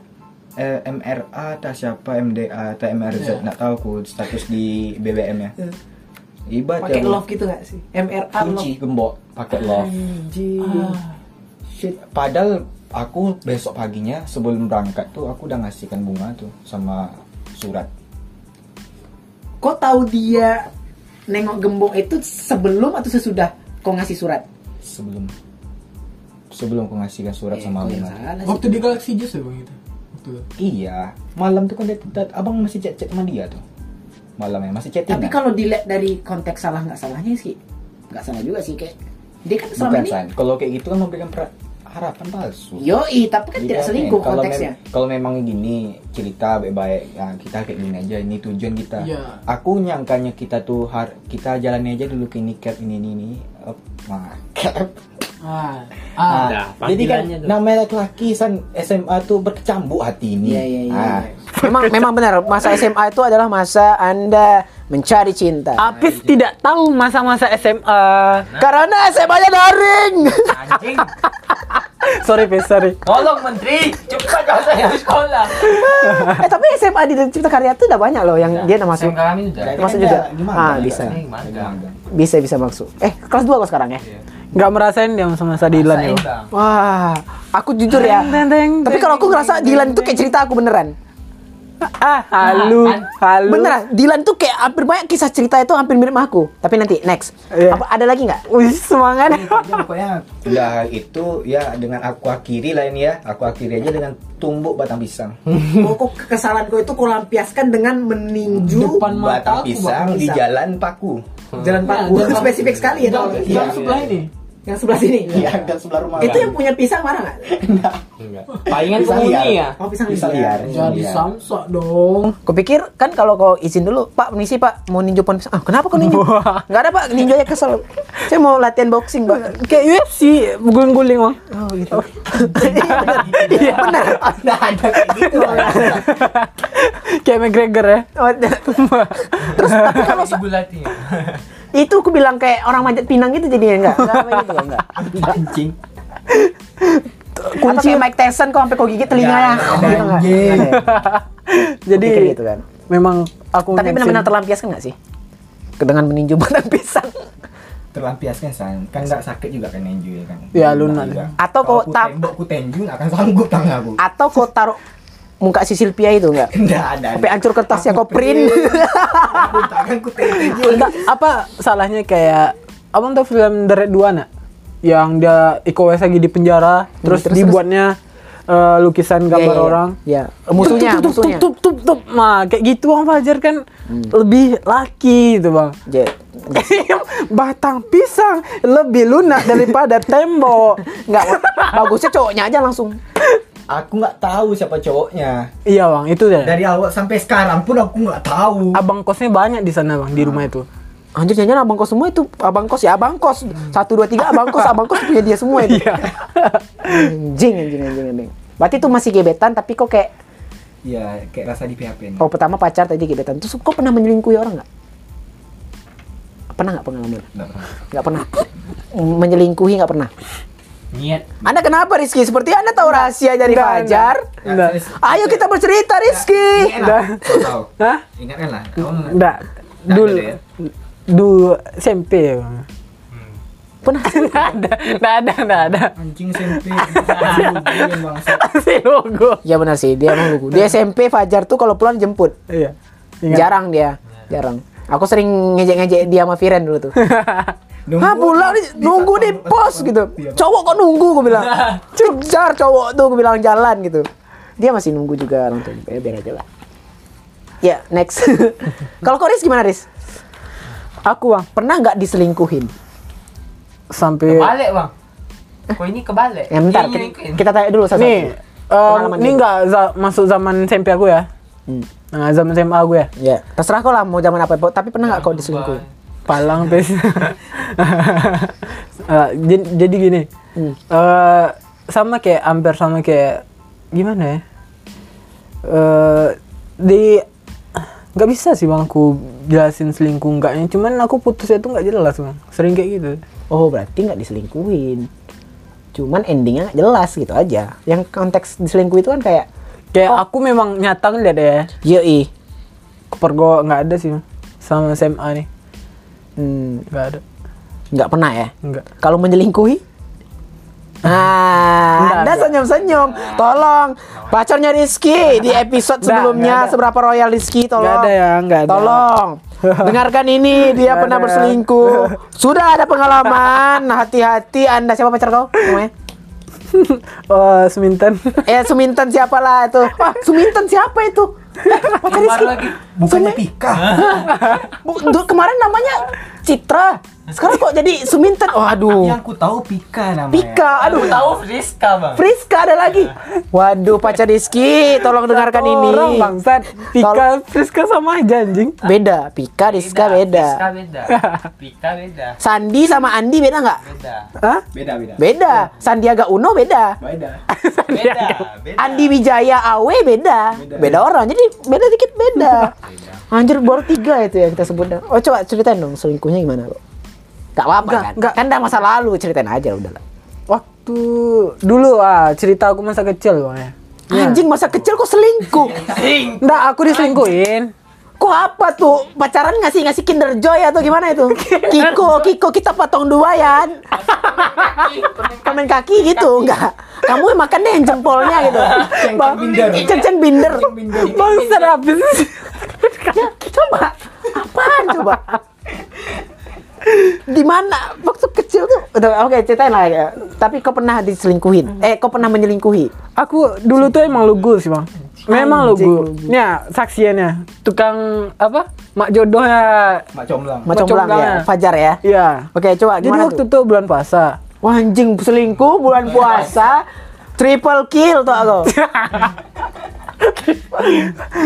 S4: eh, MRA tak siapa MDA tak
S5: Iya.
S4: MRZ nggak tahu aku status di BBM ya. Iba
S5: Pakai
S4: tiap-
S5: love gitu gak sih? MRA love.
S4: kunci gembok pakai love. Shit. Padahal aku besok paginya sebelum berangkat tuh aku udah ngasihkan bunga tuh sama surat.
S5: Kok tahu dia nengok gembok itu sebelum atau sesudah kau ngasih surat?
S4: sebelum sebelum aku ngasihkan surat
S5: Eh,
S4: sama
S5: kau yang
S4: bunga.
S5: salah
S1: Oh,
S5: sih.
S7: Waktu di Galaxy Juice ya bang itu. Waktu itu.
S4: Iya, malam tuh kan dia, dia- abang masih chat chat sama dia tuh. Malamnya masih chatting.
S5: Tapi
S4: kan?
S5: kalau dilihat dari konteks salah nggak salahnya sih, nggak salah juga sih kayak dia kan selama
S4: bukan
S5: ini
S4: San. Kalau kayak gitu kan memberikan per- harapan palsu.
S5: Yoi, tapi kan
S4: Jadi
S5: tidak
S4: kan,
S5: selingkuh
S4: kalau mem-
S5: konteksnya.
S4: kalau memang gini cerita baik-baik, ya, kita kayak gini aja. Ini tujuan kita.
S7: Iya.
S4: Aku nyangkanya kita tuh har- kita jalani aja dulu ini cap ini ini ini. Up, nah, cap.
S7: Ah,
S4: Nah,
S7: ah.
S4: jadi kan
S6: panggilannya tuh.
S4: namanya laki-laki San SMA tuh berkecambuk hati ini.
S5: Iya, iya, iya,
S4: Ah,
S5: iya.
S1: Memang memang benar masa SMA itu adalah masa anda mencari cinta.
S2: Apis tidak tahu masa-masa SMA.
S1: Karena SMA-nya daring.
S3: Anjing.
S2: sorry, Pis, sorry.
S3: Tolong menteri, cepat kau
S1: Iya.
S3: saya di sekolah.
S1: eh tapi SMA di Cipta Karya itu udah banyak loh yang dia udah masuk.
S3: SMK kami sudah.
S4: Berarti
S1: Masuk
S4: kan
S1: juga?
S4: dia- gimana?
S1: Ah,
S4: Dia
S1: bisa.
S4: nggak-
S3: Ini magang.
S4: dia magang.
S1: Bisa bisa masuk. Eh kelas 2 kok sekarang ya?
S2: Gak merasain dia masa-masa Dilan
S3: Saya
S2: ya. Bang?
S3: bang.
S1: Wah, aku jujur ya.
S2: Teng, teng, teng,
S1: Tapi kalau aku
S2: teng,
S1: ngerasa
S2: teng,
S1: Dilan
S2: teng,
S1: itu kayak cerita aku beneran.
S7: Nah,
S2: Ah, halu, halu. Iya,
S1: Beneran, Dilan tuh kayak hampir banyak kisah cerita itu hampir mirip sama aku. Tapi nanti next.
S2: Iya.
S1: Apa ada lagi nggak?
S2: Wih, semangat.
S4: Ya, pokoknya udah itu ya dengan aku akhiri lah ini ya aku akhiri aja dengan tumbuk batang pisang
S5: Kok- kok kesalahan kau itu kau lampiaskan dengan meninju
S7: Depan mata
S4: batang
S7: aku
S4: pisang
S5: batang
S4: di
S5: pisang.
S4: jalan paku
S1: Hmm.
S5: jalan
S1: Ya,
S5: paku.
S7: Iya, jalan-
S5: spesifik sekali ya
S7: Bang,
S5: tolong.
S4: iya,
S7: Yang sebelah
S4: iya.
S7: ini.
S5: Yang sebelah sini.
S4: iya agak sebelah rumah
S5: Itu yang
S4: Bang.
S5: punya pisang marah nggak?
S6: Enggak. Palingan
S4: Bisa
S6: kamu
S4: liar.
S6: nih ya.
S5: Oh pisang
S4: bisa liar
S7: Jadi
S4: Iya.
S7: samsak dong.
S1: Kupikir kan kalau kau izin dulu, Pak, permisi Pak, mau ninju pohon pisang. Ah, kenapa kau ninju? Enggak ada Pak, ninju aja kesel. Saya mau latihan boxing, Pak.
S2: Kayak UFC, guling-guling, Bang.
S1: Oh, gitu. Iya, benar. Iya, benar. Iya.
S4: nah ada kayak gitu
S2: Kayak McGregor ya.
S1: Oh, Terus tapi kalau sa-
S3: Ibu latih.
S1: itu aku bilang kayak orang manjat pinang gitu jadinya enggak? Enggak kayak gitu enggak.
S4: anjing
S1: Kunci Atau kayak Mike Tyson kau sampai kau gigit telinganya. Gitu nggak?
S4: anjing
S2: Jadi
S1: Pikir gitu kan.
S2: memang aku
S1: Tapi
S2: mention-
S1: benar-benar terlampiaskan nggak sih? Dengan meninju batang pisang.
S4: terlampiaskan san kan nggak sakit juga kan enjoy kan
S2: Iya, lunak.
S4: Juga.
S1: Atau kau
S4: Kalau aku
S1: tap-
S4: tembok aku tenju nggak akan sanggup tangan aku
S1: Atau kau taruh muka si Silvia itu enggak?
S4: nggak ada
S1: Sampai hancur kertasnya kau print.
S4: aku tangan aku tenju
S2: Enggak, apa salahnya kayak abang tau film The Red Duana yang dia Iko Uwais lagi di penjara terus,
S1: terus,
S2: dibuatnya eh, lukisan gambar
S1: Iya, iya,
S2: orang Eh,
S1: iya. Iya. Musuhnya,
S2: tup, tup, tup,
S1: musuhnya. Hmm.
S2: tup, tup, tup. nah kayak gitu bang Fajar kan lebih laki gitu bang
S1: Jet.
S2: batang pisang lebih lunak daripada tembok
S1: Enggak, bagusnya cowoknya aja langsung.
S4: aku nggak tahu siapa cowoknya
S2: iya bang itu ya
S4: dari awal sampai sekarang pun aku nggak tahu
S2: abang kosnya banyak di sana bang di rumah itu
S1: Anjir jangan abang kos semua itu abang kos ya abang kos satu dua tiga abang kos abang kos punya dia semua itu
S2: iya
S1: anjing anjing anjing anjing berarti itu masih gebetan tapi kok kayak
S4: ya kayak rasa di PHP
S1: oh pertama pacar tadi gebetan terus kok pernah menyelingkuhi orang nggak pernah nggak pengalaman nggak pernah menyelingkuhi nggak pernah
S3: Niat.
S1: anda kenapa Rizky seperti anda tahu rahasia dari
S2: Nggak,
S1: Fajar
S4: Nah,
S2: Nggak.
S1: ayo kita bercerita Rizky
S4: Ingat lah, kau tahu.
S2: Hah?
S4: Ingat kan lah.
S2: Nggak. dulu dulu SMP ya bang pernah nggak ada nggak ada nggak ada
S5: Anjing SMP. Anjing bangsa.
S2: si logo
S1: Ya benar sih, dia emang lugu. Di SMP Fajar tuh kalau pulang jemput.
S2: iya
S1: Jarang dia, jarang. Aku sering ngejek-ngejek dia sama Viren dulu tuh. Nunggu, pulang nih, nunggu di pos gitu.
S4: Iya,
S1: Cowok kok nunggu gue bilang. Cejar cowok tuh gue bilang jalan gitu. Dia masih nunggu juga orang tuh. Ya, biar aja lah. Ya, next. kalau kau Riz gimana Riz?
S2: aku bang
S1: Pernah nggak diselingkuhin?
S2: sampai
S3: Kebalik bang. Kok ini kebalik?
S1: Ya bentar,
S3: Yang
S1: ki-
S3: ngikutin.
S1: kita tanya dulu satu
S2: Iya, nih eh
S1: Pengalaman Hmm.
S2: ini
S1: gitu.
S2: nggak za- masuk zaman SMP aku ya nah, zaman SMA aku ya
S1: Ya, terserah kau lah mau zaman apa, Bo. tapi pernah nggak kau diselingkuhin? Iya.
S2: palang pes Eh, jadi, jadi gini
S1: Hmm.
S2: eh sama kayak hampir sama kayak gimana ya Eh di nggak bisa sih bang aku jelasin selingkuh enggaknya cuman aku putus itu nggak jelas bang sering kayak gitu
S1: Oh berarti nggak diselingkuhin. Cuman endingnya nggak jelas gitu aja. Yang konteks diselingkuh itu kan kayak
S2: kayak aku memang nyata ngeliat ya
S1: yoi.
S2: kepergok nggak ada sih Bang. sama SMA nih
S1: Hmm,
S2: nggak ada
S1: nggak pernah ya.
S2: nggak
S1: Kalau menjelingkuhi? Ah,
S2: Nggak,
S1: Anda
S2: nggak.
S1: senyum-senyum. Tolong pacarnya Rizky di episode
S2: Nggak,
S1: sebelumnya
S2: nggak ada.
S1: seberapa royal Rizky tolong.
S2: Nggak ada ya, nggak ada.
S1: Tolong. Dengarkan ini, dia
S2: Nggak
S1: pernah
S2: ada.
S1: berselingkuh. Sudah ada pengalaman. Hati-hati Anda siapa pacar kau? Namanya?
S2: Eh, semintan
S1: Eh Suminten siapa lah itu? Wah Suminten siapa itu? Eh, Pacar Rizky.
S4: Bukannya Pika.
S1: Bu- du- kemarin namanya Citra. Sekarang kok jadi Suminten? Oh aduh.
S4: Yang ku tahu Pika namanya.
S1: Pika, aduh.
S3: Tahu Friska bang.
S1: Friska ada lagi. Waduh pacar Rizky, tolong dengarkan ini.
S2: orang bangsat
S1: Tol-
S2: Pika Friska sama aja anjing
S1: Beda, Pika
S3: Friska
S1: Rizka beda.
S3: beda. Pika beda.
S1: Sandi sama Andi beda nggak?
S3: Beda.
S2: Hah?
S4: Beda beda.
S1: Beda. Sandiaga Uno beda.
S4: Beda.
S3: Beda. Beda.
S1: Andi Wijaya AW beda.
S4: Beda.
S1: Beda orang. Jadi beda dikit beda. Anjir baru tiga itu yang kita sebut. Oh coba ceritain dong selingkuhnya gimana kok. Gak apa-apa kan? Kan udah masa lalu ceritain aja udah lah.
S2: waktu dulu ah cerita aku masa kecil bang ya
S1: Anjing masa kecil kok selingkuh.
S2: Nggak, aku diselingkuhin
S1: Kok apa tuh? Pacaran ngasih ngasih Kinder Joy atau gimana itu? Kiko, Kiko kita potong dua ya. Kamen kaki gitu enggak. Kamu makan deh yang jempolnya gitu. Bang,
S4: binder.
S1: Cencen binder.
S2: bangsat habis
S1: Ya, coba. Apaan coba? Di mana waktu kecil tuh? Udah, Oke, ceritain lah ya. Tapi kau pernah diselingkuhin? Eh, kau pernah menyelingkuhi?
S2: aku dulu tuh emang lugu sih bang memang
S1: Anjing,
S2: lugu nih ya, saksiannya tukang apa mak jodohnya
S4: Mak Comlang.
S1: Macam
S2: Macam
S1: pulang ya,
S2: pulang.
S1: Fajar ya.
S2: ya
S1: Oke, coba
S2: jadi
S1: gimana
S2: waktu
S1: tuh?
S2: tuh bulan puasa
S1: Wah, anjing selingkuh
S2: Iya.
S1: bulan puasa. Triple kill tuh aku. Oh,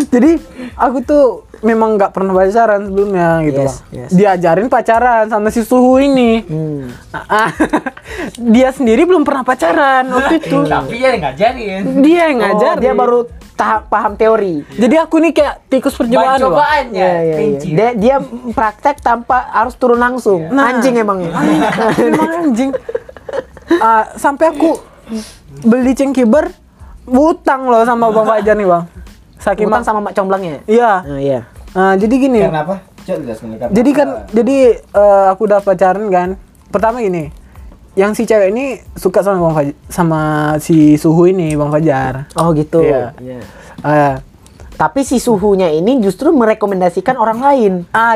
S2: jadi aku tuh memang nggak pernah pacaran sebelumnya gitu
S1: Yes,
S2: bang
S1: yes.
S2: diajarin pacaran sama si suhu ini
S1: Hmm.
S2: Ah, ah. dia sendiri belum pernah pacaran waktu itu
S3: Tapi ya ngajarin.
S2: dia yang
S1: Ngajar
S2: ngajar
S1: Nah, iya. Oh, dia baru tahap paham teori.
S2: Iya. jadi aku nih kayak tikus percobaan loh Bang.
S3: Cobaannya.
S1: Iya, iya, iya. Dia, dia praktek tanpa harus turun langsung.
S2: Nah.
S1: Anjing emang. ya.
S2: Emang anjing Ah, sampai aku beli cengkiber utang loh sama bang Fajar nih bang saking
S1: Utang
S2: bang
S1: sama Mak Comblangnya.
S2: iya
S1: Nah, iya.
S2: Ah, jadi gini
S4: Karena apa? Cok jelaskan karena
S2: jadi kan
S4: apa?
S2: jadi eh, aku udah pacaran kan pertama gini yang si cewek ini suka sama bang Faj- sama si suhu ini bang Fajar
S1: Oh, gitu.
S2: Iya.
S1: Iya.
S2: Eh,
S1: Tapi si suhunya ini justru merekomendasikan orang lain.
S2: ah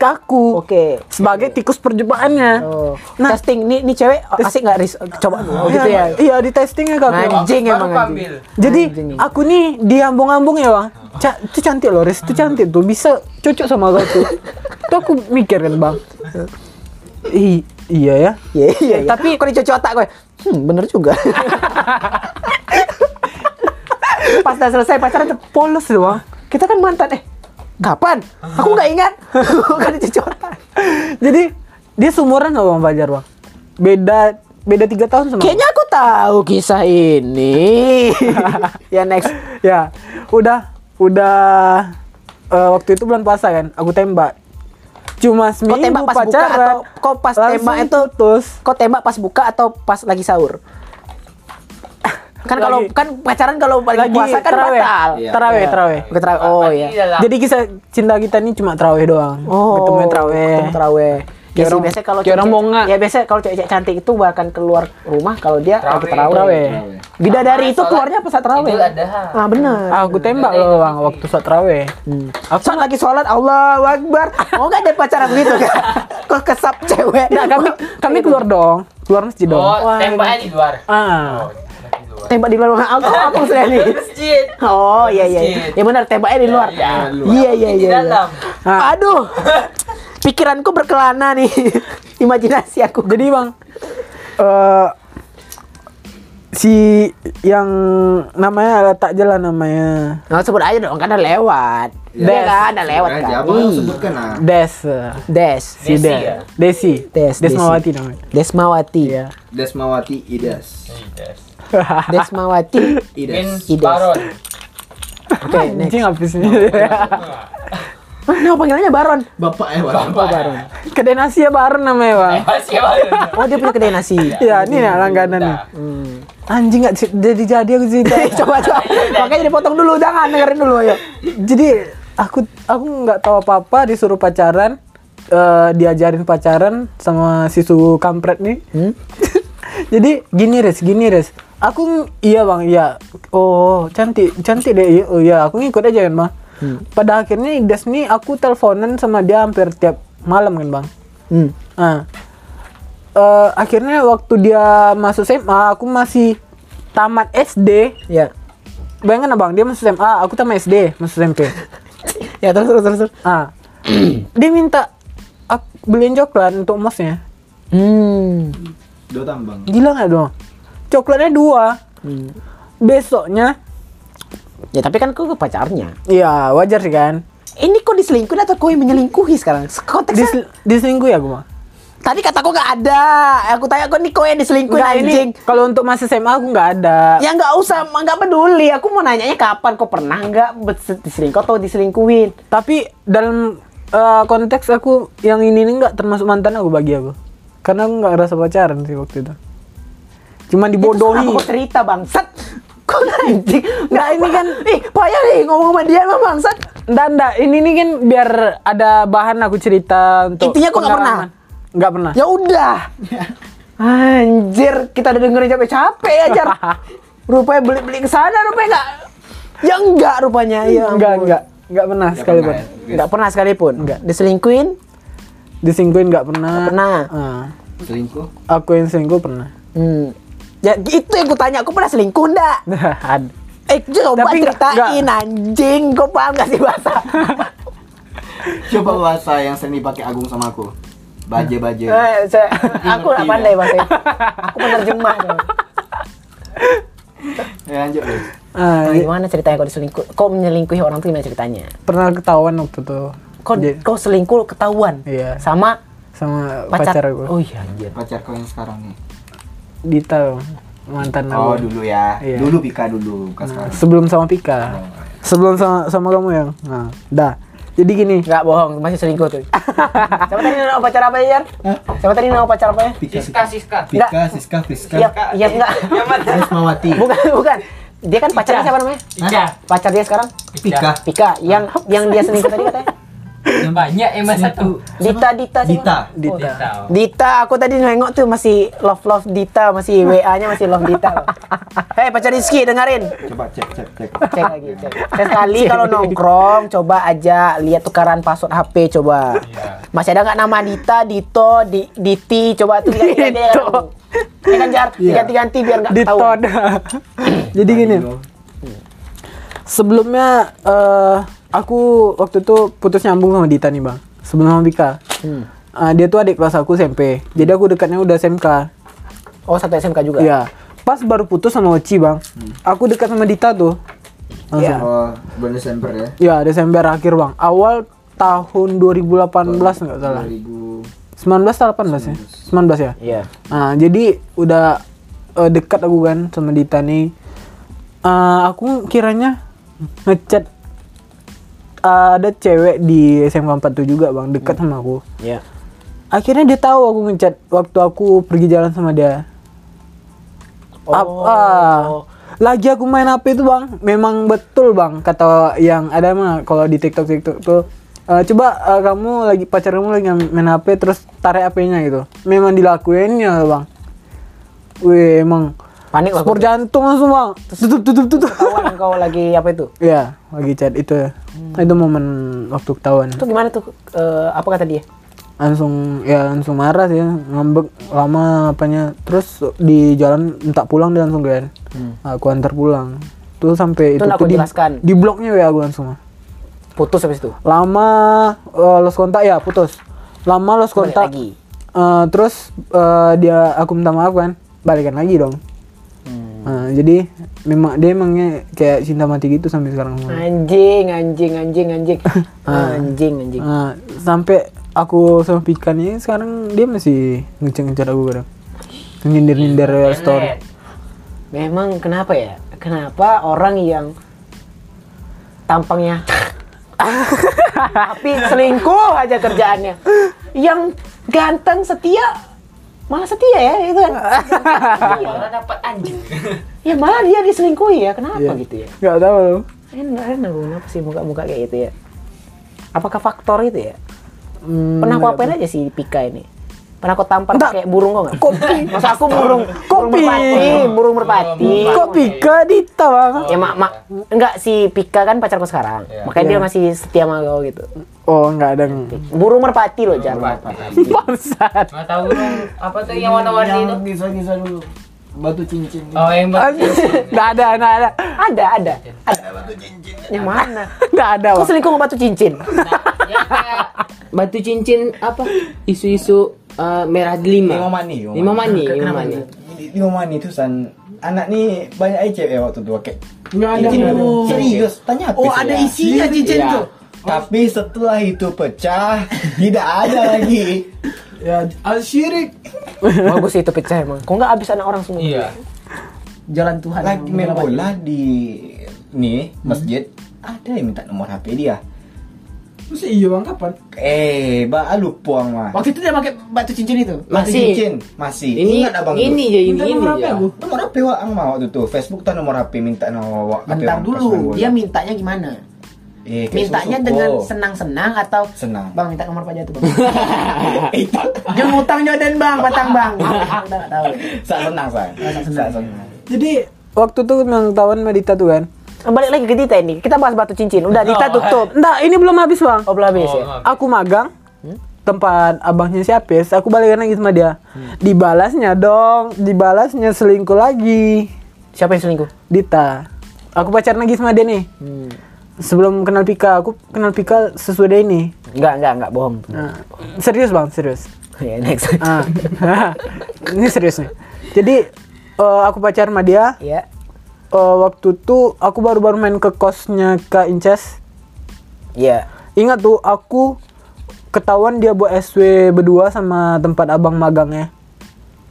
S1: Yaitu
S2: ke aku
S1: Ya, Anda. Oke.
S2: sebagai tikus perjebaannya
S1: Oh.
S2: Nah.
S1: testing nih nih cewek asik nggak Riz? Coba oh, gitu ya. Nah,
S2: iya di testingnya ke aku
S1: Anjing
S3: Baru
S1: emang
S3: aku
S1: anjing.
S3: ambil.
S2: Jadi
S1: Anjing.
S2: aku nih diambung-ambung ya bang. Ca itu cantik loh, Riz. Itu cantik tuh bisa cocok sama kau tuh. tuh aku mikir kan bang. I iya ya.
S1: Iya, iya, iya.
S2: Tapi-
S1: kok dicuci otak gue. Hmm, bener juga. Pas udah selesai pacaran tuh,
S2: Polos tuh bang.
S1: kita kan mantan eh. Kapan? Aku nggak ingat. kan dicuci otak.
S2: Jadi dia seumuran sama bang Fajar bang. Beda beda tiga tahun sama. aku.
S1: Kayaknya aku tahu kisah ini. ya next.
S2: Ya udah udah eh, waktu itu bulan puasa kan. Aku tembak. Cuma seminggu
S1: Kau tembak pas buka
S2: pacaran.
S1: atau kau pas
S2: langsung
S1: tembak itu
S2: putus.
S1: Kau tembak pas buka atau pas lagi sahur? Kan kalau
S2: Lagi-
S1: kan pacaran kalau balik
S2: lagi
S1: puasa kan
S2: terawih.
S1: batal.
S6: Iya.
S2: Terawih, terawih.
S1: Bukan terawih. Oh iya.
S2: Jadi kisah cinta kita ini cuma terawih doang.
S1: Oh.
S2: Ketemu terawih.
S1: Ketemu terawih. Ya
S2: Kayak
S1: sih,
S2: orang-
S1: biasanya kalau
S2: kayak orang
S1: cewek-
S2: bonga.
S1: Ya biasanya kalau cewek cantik itu bahkan keluar rumah kalau dia
S3: Nah,
S1: lagi terawih.
S2: Terawih.
S1: iya. Bidadari itu keluarnya pas saat terawih.
S3: Itu ada.
S1: Ah benar.
S2: Ah, aku tembak
S1: Iya,
S2: loh bang waktu saat terawih.
S1: Aku lagi sholat Allahu Akbar. Mau nggak ada pacaran begitu kan? Kok kesap cewek?
S2: Nah, kami
S1: Iya.
S2: kami keluar dong, keluar masjid dong.
S3: Oh, tembaknya di luar. Oh.
S2: Ah,
S1: tembak di luar ruangan aku apa sudah nih?
S3: Masjid.
S1: Oh iya iya. iya.
S3: Masjid.
S1: Ya benar tembaknya di luar.
S3: Iya, di luar.
S1: Iya iya
S3: Di
S1: iya. iya.
S3: dalam.
S2: Ah.
S1: Aduh. Pikiranku berkelana nih. Imajinasi aku.
S2: jadi bang, eh si yang namanya letak jalan namanya
S1: Nggak sebut aja dong, kan ada lewat.
S4: Iya.
S1: Iya kan, ada lewat
S4: Aja,
S1: kan.
S4: abang
S1: Ih.
S4: sebutkan ah.
S2: Des, eh,
S1: Des.
S2: si
S3: Desi
S2: Des,
S3: ya?
S2: Desi,
S1: Des,
S2: Desmawati namanya.
S1: Desmawati.
S4: Desmawati Idas.
S1: Desmawati.
S3: Bin
S4: Idas.
S1: Idas.
S3: Baron.
S1: Oke, next.
S2: Anjing habis ini.
S3: Oh,
S1: Mana panggilannya Baron?
S4: Bapak ya, Bapak.
S3: Bapak Baron.
S2: Kedai nasi ya bareng namanya bang.
S3: Pasti Baron.
S1: Oh, dia punya kedai nasi.
S2: Ya, ini nih langganan nih. Anjing nggak jadi jadi aku cerita.
S1: Hmm. coba coba. Makanya dipotong dulu, jangan dengerin dulu ayo.
S2: jadi aku aku nggak tahu apa apa disuruh pacaran eh, diajarin pacaran sama sisu kampret nih
S1: Hmm?
S2: jadi gini res gini res aku ng- iya bang iya oh cantik cantik deh iya, oh, iya aku ngikut aja kan bang
S1: Hmm.
S2: pada akhirnya Idas nih aku teleponan sama dia hampir tiap malam kan bang
S1: Hmm.
S2: Nah, eh, akhirnya waktu dia masuk SMA aku masih tamat SD
S1: Ya.
S2: bayangkan abang dia masuk SMA aku tamat SD masuk SMP
S1: Ya, terus terus terus. terus.
S2: Ah. dia minta aku beliin coklat untuk mosnya.
S1: Hmm.
S4: Do tambang.
S2: Gila nggak dong? Coklatnya dua. Besoknya,
S1: Ya, tapi kan kau pacarnya.
S2: ya wajar sih kan.
S1: Ini kok diselingkuhin atau kau yang menyelingkuhi sekarang? Konteksnya
S2: Dis, diselingkuh ya gue mah.
S1: Tadi kata kok nggak ada. Aku tanya kok nih kau yang diselingkuhin
S2: Nggak, ini
S1: anjing.
S2: kalau untuk masa SMA aku nggak ada.
S1: Ya nggak usah, nggak peduli. Aku mau nanyanya kapan kau pernah nggak bes- diselingkuh atau diselingkuhin?
S2: Tapi dalam eh, konteks aku yang ini ini nggak termasuk mantan aku bagi aku. Karena aku nggak ngerasa pacaran sih waktu itu. Cuman dibodohi.
S1: Itu kenapa kau cerita bangsat? Kau anjing. Nggak ini kan, ih payah nih ngomong sama dia mah bangsat.
S2: Nggak, nggak. Ini nih kan biar ada bahan aku cerita untuk
S1: Intinya kok nggak pernah?
S2: pengalaman. Nggak pernah.
S1: Ya udah. Anjir, kita udah dengerin capek-capek ya, Jar. Rupanya beli-beli ke sana rupanya nggak. Ya enggak rupanya, ya.
S2: enggak, enggak. Enggak pernah sekali pun.
S1: Enggak pernah sekalipun. Enggak. Diselingkuhin?
S2: Disingkuin enggak pernah.
S1: Nggak pernah.
S2: Ah.
S4: Selingkuh.
S2: aku yang selingkuh pernah.
S1: Hmm. Ya itu yang kutanya, aku pernah selingkuh enggak?
S2: Aduh.
S1: Eh coba
S2: Tapi nggak-
S1: ceritain anjing, kau paham gak sih bahasa?
S4: Coba bahasa yang sering dipakai Agung sama aku. Baje-baje.
S1: Eh, saya- aku nggak pandai bahasa itu. Aku penerjemah. dong.
S4: Ya lanjut, Des.
S2: Ah,
S1: Nah,
S2: ya,
S1: gimana ceritanya kau diselingkuh? Kau menyelingkuhi orang tuh gimana ceritanya?
S2: pernah ketahuan waktu itu.
S1: Kau
S2: Jadi,
S1: kau selingkuh ketahuan
S2: Iya.
S1: sama
S2: sama pacar,
S1: pacar.
S2: aku.
S1: Oh iya anjir.
S4: Pacar kau yang sekarang nih.
S2: Dita loh, mantan
S4: Oh,
S2: aku.
S4: dulu ya.
S2: Iya.
S4: Dulu Pika dulu, bukan sekarang.
S2: Sebelum sama Pika. Sebelum sama sama kamu yang. Nah, dah. Jadi gini,
S1: Enggak bohong, masih selingkuh tuh. Siapa tadi nama pacar apa ya, Jar? Siapa tadi nama pacar apa ya?
S4: Pika,
S3: Siska, Siska.
S4: Pika, Siska, Siska.
S1: Iya, iya enggak.
S4: Desmawati.
S1: Bukan, bukan. Dia kan pacarnya siapa namanya?
S3: Ica.
S1: Pacar dia sekarang?
S4: Pika.
S1: Pika, yang yang dia selingkuh tadi katanya.
S3: Yang banyak
S6: eh,
S3: yang mas satu.
S1: Dita, Dita siapa?
S4: Dita.
S2: Dita.
S3: Tahu.
S1: Dita, aku tadi nengok tuh masih love love Dita, masih WA-nya masih love Dita. loh. Hei pacar Rizky dengerin,
S4: Coba cek, cek, cek.
S1: cek lagi cek. Sekali kalau nongkrong, coba aja lihat tukaran password HP coba. Masih ada nggak nama Dita, Dito, Di, Diti, coba tuh ganti ganti
S2: Dito.
S1: Ya kan jar,
S4: Iya.
S1: ganti ganti biar nggak tahu.
S2: Dita. Jadi gini.
S4: oh.
S2: sebelumnya eh aku waktu itu putus nyambung sama Dita nih bang sebelum sama Bika
S1: Hmm.
S2: Ah, dia tuh adik kelas aku SMP jadi aku dekatnya udah SMK
S1: Oh satu SMK juga.
S2: Iya pas baru putus sama Oci bang aku dekat sama Dita tuh langsung
S4: Oh, bulan Desember ya.
S2: ya Desember akhir bang awal tahun 2018 nggak salah
S4: 2000
S2: 19 atau 18 ya 19 ya
S1: Iya.
S2: Nah, jadi udah eh, dekat aku kan sama Dita nih. Eh, aku kiranya ngechat eh, ada cewek di SMK 47 juga bang dekat sama aku.
S1: Iya.
S2: Akhirnya dia tahu aku ngechat waktu aku pergi jalan sama dia. Ap- ah. lagi aku main HP itu bang memang betul bang kata yang ada mah kalau di TikTok TikTok tuh eh, coba eh, kamu lagi pacar kamu lagi main HP terus tarik HP-nya gitu memang dilakuinnya bang wih emang
S1: Panik lah.
S2: sport jantung langsung bang tutup tutup tutup
S1: Kawan kau lagi apa itu?
S2: ya lagi chat itu ya. itu momen waktu ketahuan
S1: Itu gimana tuh? Eh, apa kata dia?
S2: langsung ya langsung marah sih ngambek lama apanya terus di jalan minta pulang dia langsung kan aku antar pulang tuh
S1: Hmm.
S2: sampai
S1: Itu aku
S2: tuh di,
S1: jelaskan.
S2: di bloknya ya aku langsung mah.
S1: Putus habis itu.
S2: lama eh, los kontak ya putus lama los
S1: Balik
S2: kontak
S1: lagi.
S2: Eh, terus eh, dia aku minta maaf kan balikan lagi dong
S1: Hmm.
S2: Eh, jadi memang dia emangnya kayak cinta mati gitu sampai sekarang
S1: Nah,
S2: semua.
S1: Anjing, anjing, anjing, anjing. anjing, anjing.
S2: Nah, sampai aku sama Pika nih sekarang dia masih ngejar-ngejar aku kadang nyindir-nyindir ya, story
S1: Memang kenapa ya? Kenapa orang yang tampangnya tapi selingkuh aja kerjaannya. Yang ganteng setia malah setia ya itu kan. Iya.
S3: Malah dapat anjing.
S1: Ya malah dia diselingkuhi ya. Kenapa
S2: Iya.
S1: gitu ya?
S2: nggak tahu loh
S1: Enak, enak gua kenapa sih muka-muka kayak gitu ya? Apakah faktor itu ya?
S2: Hmm,
S1: Pernah kau apain aja sih Pika ini? Pernah kau tampar
S2: Enggak.
S1: kayak burung kok nggak? Kopi. Masa aku burung, burung
S2: Kopi.
S1: merpati, burung merpati.
S2: kok Pika Dita bang
S1: Ya mak, mak, enggak si Pika kan pacarku sekarang. Makanya dia masih setia sama kau gitu.
S2: oh nggak ada
S1: Burung merpati loh, Jar.
S2: bangsat
S3: Nggak tahu dong apa tuh yang warna-warni itu?
S5: Yang bisa-bisa dulu. Batu cincin.
S3: Oh yang batu.
S2: nggak ada nggak ada
S1: Ada, ada. Ada Yang mana?
S2: nggak ada
S1: Kau
S2: bang
S1: selingkuh sama batu cincin.
S3: Yang kayak
S6: Batu cincin apa? Isu-isu eh, merah delima.
S4: Lima mani, lima
S6: Lima mani,
S4: mani.
S6: lima mani.
S4: Di rumah ni tu san anak ni banyak air cewek waktu tu pakai.
S5: Nggak ada.
S4: Cincin tu.
S5: Oh.
S4: Serius, tanya apa ya?
S5: Oh,
S4: saya.
S5: ada isinya cincin
S6: Iya.
S5: tuh.
S4: Tapi setelah itu pecah, tidak ada lagi.
S5: Ya, al-syirik.
S1: Bagus itu pecah emang. Kok enggak habis anak orang semua?
S3: iya.
S5: Jalan Tuhan.
S4: Lagi main bola di ni masjid, ada yang minta nomor HP dia.
S5: Terus iya bang kapan?
S4: Eh, ba lupa mah.
S5: Waktu itu dia pakai batu cincin itu.
S4: Batu
S6: Masih.
S4: cincin, masih.
S6: Ini
S4: Ingat abang
S6: ini
S4: tu.
S6: ya ini
S5: Minta
S6: ini
S5: nomor
S6: ya.
S5: apa aku?
S4: Nomor HP wa ang mah waktu tu. Facebook tu nomor HP minta nomor wa.
S5: Bentar dulu, dia mintanya gimana?
S4: eh, kayak
S5: Mintanya
S4: susu-susu.
S5: dengan senang-senang atau
S4: Senang.
S5: Bang minta nomor pajak tuh bang. Jangan utang jodoh bang, batang bang. Udah nggak tahu.
S4: Saat senang saya.
S5: Saat senang.
S4: Saat senang.
S2: jadi waktu tuh memang tahun sama Dita tuh kan
S1: Balik lagi ke Dita ini. Kita bahas batu cincin. Udah
S2: Oh,
S1: Dita tutup.
S2: nggak ini belum habis bang
S1: Oh, belum habis
S3: Oh,
S1: ya.
S3: maaf.
S2: aku magang tempat abangnya si Apis aku balikan lagi sama dia dibalasnya dong dibalasnya selingkuh lagi
S1: Siapa yang selingkuh?
S2: Dita aku pacaran lagi sama dia nih sebelum kenal Pika aku kenal Pika sesudah ini
S1: Enggak, enggak, enggak bohong.
S2: Nah, serius bang serius
S1: Ya next.
S2: Ah. ini serius nih jadi eh, aku pacaran sama dia
S1: Iya.
S2: Eh, waktu tuh aku baru-baru main ke kosnya Kak Inces
S1: Iya.
S2: Ingat tuh aku ketahuan dia buat SW berdua sama tempat abang magangnya.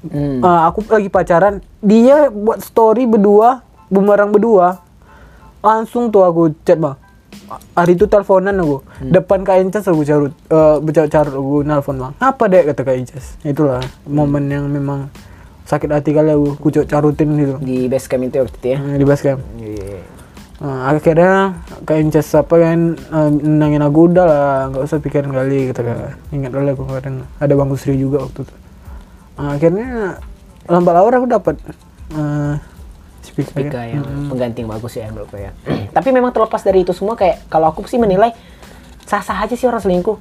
S1: Hmm.
S2: Eh, aku lagi pacaran, dia buat story berdua, bumerang berdua. Langsung tuh aku chat bang. Hari itu teleponan aku, depan Kak Inces aku carut, eh bercarut carut aku nelfon bang. Apa dek kata Kak Inces? Itulah momen yang memang sakit hati kali aku, aku carutin gitu
S1: Di base camp itu waktu itu ya.
S2: Eh, di basecamp. Nah, akhirnya kayak Inces apa kan eh, nendangin aku udah lah nggak usah pikirin kali gitu kan ingat dulu aku kemarin ada bang Sri juga waktu itu Nah, akhirnya lambat laur aku dapat eh si Pika kan.
S1: Pika yang pengganti yang bagus ya menurut gue ya. Tapi memang terlepas dari itu semua kayak kalau aku sih menilai sah-sah aja sih orang selingkuh.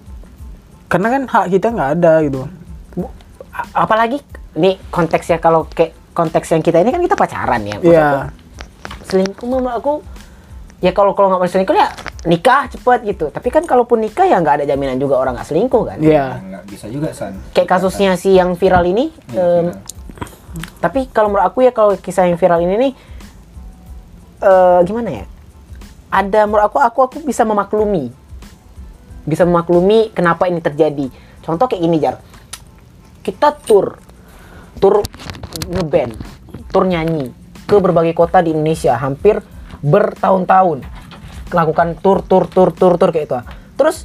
S2: karena kan hak kita nggak ada gitu
S1: Bu- a- Apalagi ini konteksnya kalau kayak konteks yang kita ini kan kita pacaran ya. Maksud
S2: iya
S1: selingkuh mama aku ya kalau kalau nggak mau selingkuh ya nikah cepet gitu. Tapi kan kalaupun nikah ya nggak ada jaminan juga orang nggak selingkuh kan.
S2: iya
S4: Nggak bisa juga San. Eh,
S1: Kayak kasusnya si yang viral ini.
S2: iya.
S1: em, tapi kalau menurut aku ya kalau kisah yang viral ini nih eh gimana ya ada menurut aku aku aku bisa memaklumi bisa memaklumi kenapa ini terjadi contoh kayak gini jar kita tur tur ngeband tur nyanyi ke berbagai kota di Indonesia hampir bertahun-tahun melakukan tur tur tur tur tur kayak itu ah. terus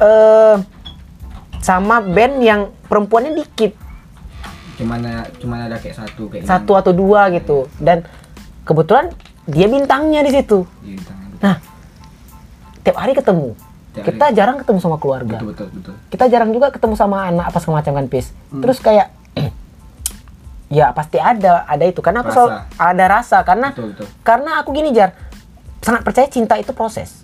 S1: eh sama band yang perempuannya dikit
S4: Cuman cuman ada kayak satu kayak
S1: satu atau dua gitu dan kebetulan dia bintangnya di situ.
S4: Iya, gitu.
S1: Nah, tiap hari ketemu.
S4: Tiap
S1: kita
S4: hari.
S1: jarang ketemu sama keluarga.
S4: betul betul betul
S1: Kita jarang juga ketemu sama anak apa segala macam kan, Pis.
S4: Hmm.
S1: Terus kayak ya pasti ada, ada itu karena aku
S4: Rasa.
S1: selalu ada rasa karena
S4: Betul, betul.
S1: karena aku gini Jar. Sangat percaya cinta itu proses.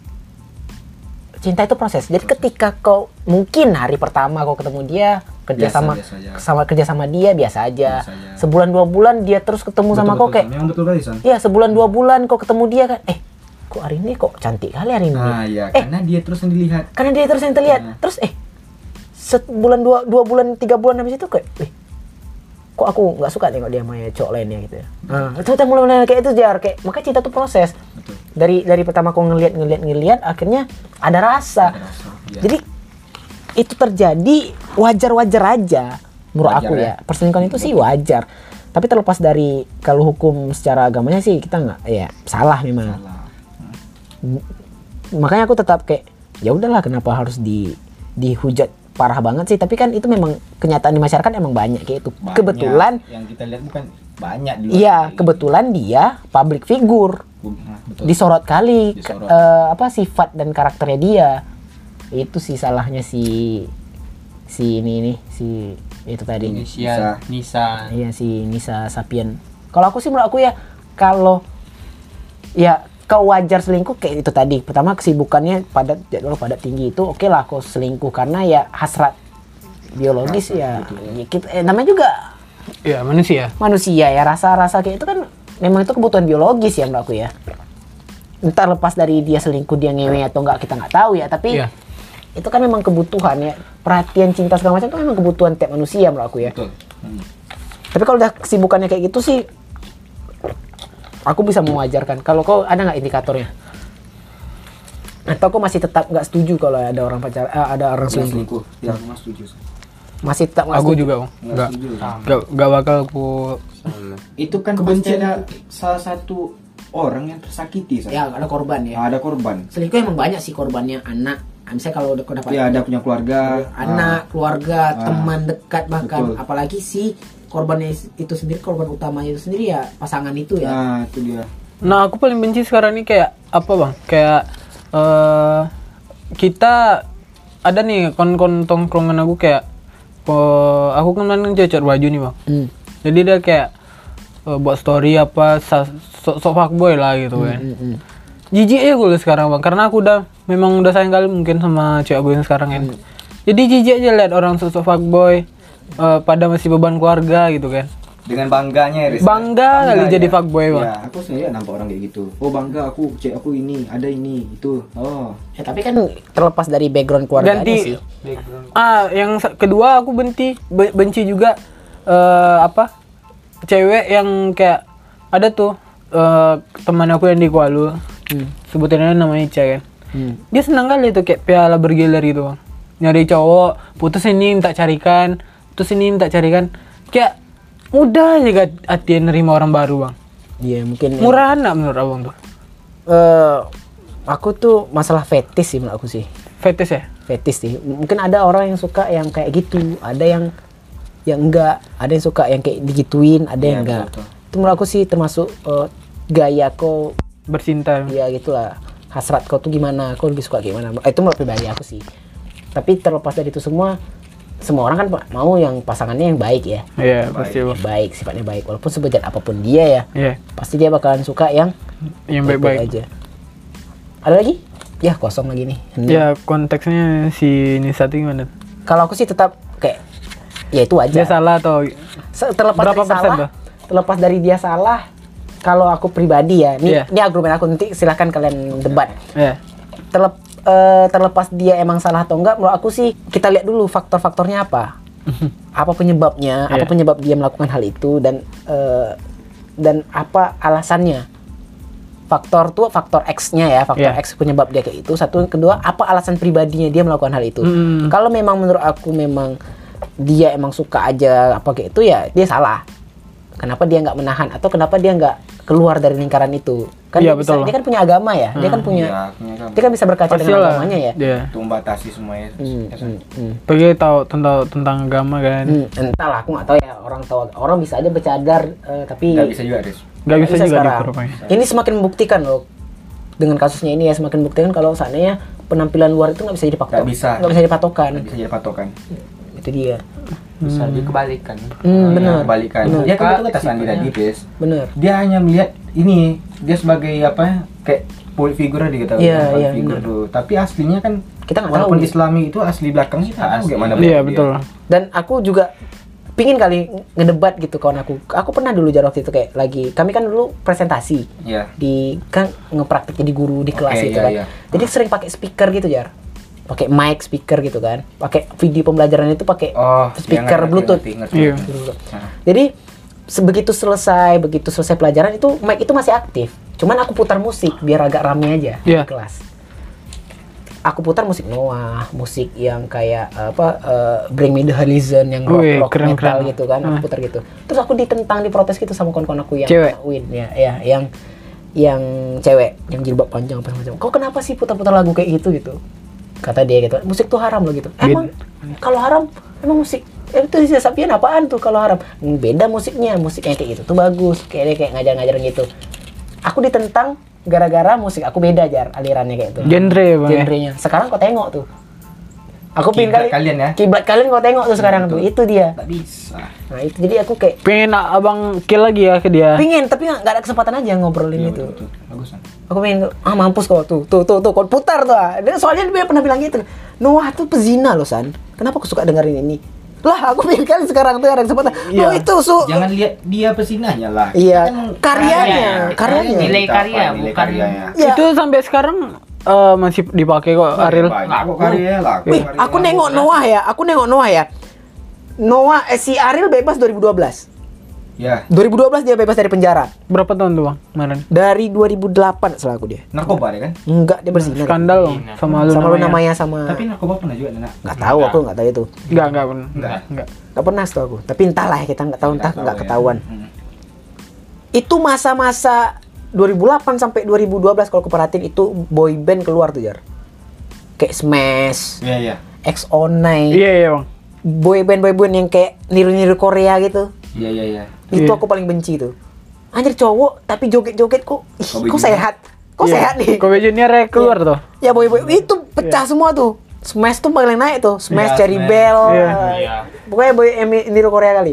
S1: Cinta itu proses. Jadi ketika kau mungkin hari pertama kau ketemu dia kerja
S4: Biasa,
S1: sama
S4: biasa aja.
S1: sama kerja sama dia biasa aja.
S4: Biasa aja.
S1: Sebulan dua bulan dia terus ketemu sama
S4: Betul,
S1: kau
S4: betul,
S1: kayak
S4: San. memang betul tadi san
S1: Iya sebulan dua bulan kok ketemu dia kan, eh kok hari ini kok cantik kali hari ini.
S4: nah iya
S1: eh
S4: karena dia terus yang dilihat
S1: karena dia terus yang terlihat,
S4: Nah.
S1: terus eh sebulan dua dua bulan tiga bulan habis itu kayak, eh kok aku nggak suka tengok dia sama cowok lainnya gitu ya. Nah, itu kita mulai mulai kayak itu jar, kayak maka cinta tuh proses.
S4: Hmm. Betul.
S1: Dari dari pertama kau ngelihat ngelihat ngelihat, akhirnya ada rasa.
S4: Ada rasa, iya.
S1: Jadi itu terjadi wajar wajar aja menurut
S4: Wajar
S1: aku
S4: ya.
S1: ya. Perselingkuhan itu sih wajar. Tapi terlepas dari kalau hukum secara agamanya sih kita nggak ya salah memang
S4: Salah.
S1: makanya aku tetap kayak ya udahlah kenapa harus di dihujat parah banget sih tapi kan itu memang kenyataan di masyarakat emang banyak kayak itu
S4: Banyak.
S1: kebetulan
S4: yang kita lihat bukan banyak di luar
S1: iya
S4: negeri.
S1: kebetulan dia public figure
S4: Nah, betul
S1: disorot kali ke-
S4: Disorot.
S1: eh, apa sifat dan karakternya dia itu sih salahnya si si ini nih si itu tadi
S4: Nisa.
S3: Inisial Nisa.
S1: Iya si Nisa Sapien. Kalau aku sih menurut aku ya kalau ya kau wajar selingkuh kayak itu tadi. Pertama kesibukannya padat jadwal padat tinggi itu oke lah kau selingkuh karena ya hasrat biologis ya. Ya, kita, eh, namanya juga
S2: ya manusia
S1: manusia ya rasa-rasa kayak itu kan memang itu kebutuhan biologis ya menurut aku ya. Entar lepas dari dia selingkuh dia ngewe atau enggak kita nggak tahu ya tapi
S2: Iya.
S1: itu kan memang kebutuhan ya perhatian cinta segala macam itu memang kebutuhan tiap manusia menurut aku ya.
S4: betul Hmm.
S1: Tapi kalau udah kesibukannya kayak gitu sih, aku bisa mewajarkan. Kalau kau ada nggak indikatornya? Atau kau masih tetap nggak setuju kalau ada orang pacar, eh, ada orang
S4: Dia
S1: selingkuh? Iya.
S4: selingkuh ya aku mas setuju San.
S1: Masih tetap nggak
S2: aku
S1: setuju?
S2: juga Bang.
S4: Nggak
S2: nggak
S4: setuju.
S2: nggak nggak bakal aku
S4: itu kan pasti
S5: Kebencian
S4: ada salah satu orang yang tersakiti San.
S5: Ya ada korban ya.
S4: Nah, ada korban
S5: Selingkuh emang banyak sih korbannya anak. Ah, Misalnya kalau udah kau dapat
S4: ya ada punya keluarga
S5: anak, keluarga,
S4: Ah.
S5: teman dekat bahkan
S4: Betul.
S5: apalagi si korbannya itu sendiri korban utamanya itu sendiri ya pasangan itu
S4: Ah,
S5: ya.
S4: nah itu dia
S2: nah aku paling benci sekarang ini kayak apa bang kayak eh kita ada nih kon-kon tongkrongan aku kayak eh, aku kemarin cacat baju nih bang
S1: Hmm,
S2: jadi dia kayak eh, buat story apa sa- sok sok fuckboy lah gitu kan
S1: hmm.
S2: jijik aja gue sekarang bang karena aku udah memang udah sayang kali mungkin sama cewek gue yang sekarang kan jadi jijik aja lihat orang sok sok fuckboy eh, pada masih beban keluarga gitu kan
S4: dengan bangganya ya Riz.
S2: Bangga kali jadi
S4: ya.
S2: fuckboy, Bang.
S4: ya, aku sendiri nampak orang kayak gitu oh bangga aku cek aku ini ada ini itu oh
S1: Ya, tapi kan terlepas dari background keluarganya sih.
S2: ganti ah yang sa- kedua aku benci be- benci juga eh, apa cewek yang kayak ada tuh eh, teman aku yang di Kuala
S1: Hmm.
S2: sebutannya namanya Ica kan dia senang kali tuh kayak piala bergilir gitu Bang. nyari cowok putus ini minta carikan putus ini minta carikan kayak mudah aja gak hati nerima orang baru bang
S1: Iya mungkin.
S2: murah anak menurut abang tuh
S1: Eh, aku tuh masalah fetis sih menurut aku sih.
S2: fetis ya
S1: Fetis sih. M- Mungkin ada orang yang suka yang kayak gitu, ada yang yang enggak, ada yang suka yang kayak digituin, ada
S4: Iya,
S1: yang enggak. Itu menurut aku sih termasuk eh, gaya kau
S2: bercinta
S1: ya gitulah hasrat kau tuh gimana kau lebih suka gimana Eh, itu menurut pribadi aku sih tapi terlepas dari itu semua semua orang kan mau yang pasangannya yang baik ya
S2: iya pasti bang
S1: baik sifatnya baik walaupun sebejat apapun dia ya
S2: iya
S1: pasti dia bakalan suka yang
S2: yang baik-baik
S1: aja ada lagi ya kosong lagi nih Hening.
S2: Ya konteksnya si Nisa tuh gimana?
S1: kalau aku sih tetap kayak ya itu aja
S2: Dia salah atau
S1: Se- terlepas
S2: Berapa
S1: dari
S2: persen
S1: salah,
S2: tuh?
S1: terlepas dari dia salah kalau aku pribadi ya ini
S2: Iya.
S1: ini argumen aku nanti silahkan kalian debat
S2: ya?
S1: Terlep- eh, terlepas dia emang salah atau enggak menurut aku sih kita lihat dulu faktor-faktornya apa apa penyebabnya apa
S2: Iya.
S1: penyebab dia melakukan hal itu dan eh, dan apa alasannya faktor tuh faktor X-nya ya faktor
S2: Iya.
S1: X penyebab dia kayak itu satu kedua apa alasan pribadinya dia melakukan hal itu
S2: Hmm.
S1: kalau memang menurut aku memang dia emang suka aja apa kayak itu ya dia salah kenapa dia nggak menahan atau kenapa dia nggak keluar dari lingkaran itu kan
S2: Iya,
S1: dia, bisa-
S2: betul. Hmm.
S1: dia kan punya agama ya dia kan punya
S4: ya punya kamu
S1: dia kan bisa berkaca dengan
S2: Pastilah.
S1: agamanya ya.
S2: Dia.
S4: untuk membatasi semuanya
S1: Hmm,
S4: Ya, San.
S1: hmm, hmm.
S2: Pergi Iya. tahu tentang tentang agama kan?
S1: Hmm, entahlah aku nggak tahu ya orang tahu orang bisa aja bercadar eh, tapi
S4: nggak bisa juga Riz
S2: Nggak bisa juga
S1: sekarang.
S2: diukur, Pak.
S1: Ini semakin membuktikan loh dengan kasusnya ini ya semakin membuktikan kalau seandainya penampilan luar itu nggak bisa jadi faktor,
S4: Nggak bisa.
S1: nggak bisa dipatokan.
S4: bisa jadi patokan
S1: Itu dia.
S6: bisa dikebalikan
S1: Hmm, benar.
S4: balikan
S1: Benar.
S4: ya kan itu kata Sandi tadi Pis.
S1: Benar.
S4: dia hanya melihat ini dia sebagai apa ya, kayak public figure dia kata
S1: Iya,
S4: public
S1: iya,
S4: figure
S1: benar.
S4: tuh tapi aslinya kan
S1: Kita nggak
S4: walaupun
S1: tahu.
S4: islami itu asli belakang sih tak tahu
S2: Iya
S4: gimana belakang dia.
S2: betul.
S1: dan aku juga pingin kali ngedebat gitu kawan aku aku pernah dulu jar waktu itu kayak lagi kami kan dulu presentasi
S4: Iya.
S1: di kan ngepraktik jadi guru di kelas
S4: Oke,
S1: itu
S4: iya,
S1: kan
S4: iya.
S1: jadi sering pakai speaker gitu jar pakai mic speaker gitu kan pakai video pembelajaran itu pakai
S4: oh iya, ngerti,
S1: speaker
S4: ngerti,
S1: bluetooth
S4: ngerti, ngerti.
S2: Iya.
S4: Nah,
S1: jadi sebegitu selesai begitu selesai pelajaran itu mic itu masih aktif cuman aku putar musik biar agak rame aja
S2: Iya.
S1: di kelas aku putar musik Noah, musik yang kayak apa eh, Bring Me the Horizon yang rock,
S2: Wih,
S1: rock
S2: keren,
S1: metal
S2: keren.
S1: gitu kan, aku
S2: Ah.
S1: putar gitu. Terus aku ditentang, diprotes gitu sama kawan-kawan aku yang
S2: Cewek.
S1: Win ya, ya, yang yang cewek yang jilbab panjang apa macam. Kau kenapa sih putar-putar lagu kayak gitu gitu? Kata dia gitu. Musik tuh haram loh gitu. Emang kalau haram emang musik eh, itu sisa sapian apaan tuh kalau haram? Hmm, Beda musiknya, musiknya kayak gitu tuh bagus. Kayak dia kayak ngajar-ngajar gitu. Aku ditentang gara-gara musik aku beda jar alirannya kayak gitu
S2: Genre ya bang. ya?
S1: genrenya. Sekarang kau tengok tuh. Aku pingin
S4: Kiblat
S1: kali Iya.
S4: kalian ya.
S1: Kiblat kalian kau tengok tuh sekarang tuh. Itu dia.
S4: tak bisa
S1: Nah, itu jadi aku kayak
S2: Pengen abang kill lagi ya ke dia.
S1: pingin tapi nggak nggak ada kesempatan aja ngobrolin itu.
S4: Iya, Betul, bagus kan?
S1: Aku pengen ah mampus kau tuh. Tuh tuh tuh kau putar tuh. ah. Dia soalnya dia pernah bilang gitu. Noah tuh pezina loh San. Kenapa aku suka dengerin ini? Lah aku pengen kali sekarang tuh ada kesempatan. Oh itu su.
S4: Iya. jangan lihat dia pesinanya lah
S1: Iya,
S4: Kan
S1: karyanya, karyanya.
S6: Nilai
S4: Kita
S6: karya,
S4: apa, nilai
S6: bukan-
S4: karyanya.
S1: Ya.
S2: Itu sampai sekarang eh, masih dipakai kok Aril.
S4: Banyak kok karya laku
S1: Wih,
S4: karya.
S1: aku nengok Noah ya. Aku nengok Noah ya. Noah eh, si Ariel bebas 2012.
S4: ya
S1: 2012 dia bebas dari penjara.
S2: Berapa tahun tuh bang kemarin?
S1: Dari 2008 selaku dia.
S4: narkoba dia kan
S1: Enggak, dia berzina.
S2: Skandal Bang, sama lu
S1: sama lu
S2: namanya.
S1: namanya sama
S4: tapi narkoba pernah juga nak
S1: nggak tahu aku nggak tahu itu.
S2: Enggak, enggak pernah.
S4: Enggak.
S2: enggak.
S1: Nggak pernah setahu aku. Tapi entahlah ya, kita nggak tahu entah nggak
S4: tahu ya.
S1: ketahuan.
S4: Hmm.
S1: Itu masa-masa 2008 sampai 2012 kalau aku perhatiin itu boy band keluar tuh jar. Kayak Smash,
S4: iya iya
S1: X on Night,
S2: Iya, iya, Bang.
S1: boy band boy band yang kayak niru-niru Korea gitu.
S4: iya iya iya
S1: Itu
S2: Iya.
S1: aku paling benci tuh. Anjir cowok tapi joget-joget kok, ih,
S4: Kobe
S1: kok
S4: Junior.
S1: sehat, kok
S2: Iya.
S1: sehat nih.
S2: Kobe Junior ya keluar tuh.
S1: Ya boy boy itu pecah semua tuh. Smash tuh paling naik tuh. Smash,
S4: Iya,
S1: Cherry
S4: Smash.
S1: Bell.
S2: Iya.
S1: eh, Pokoknya boy em, niru Korea kali.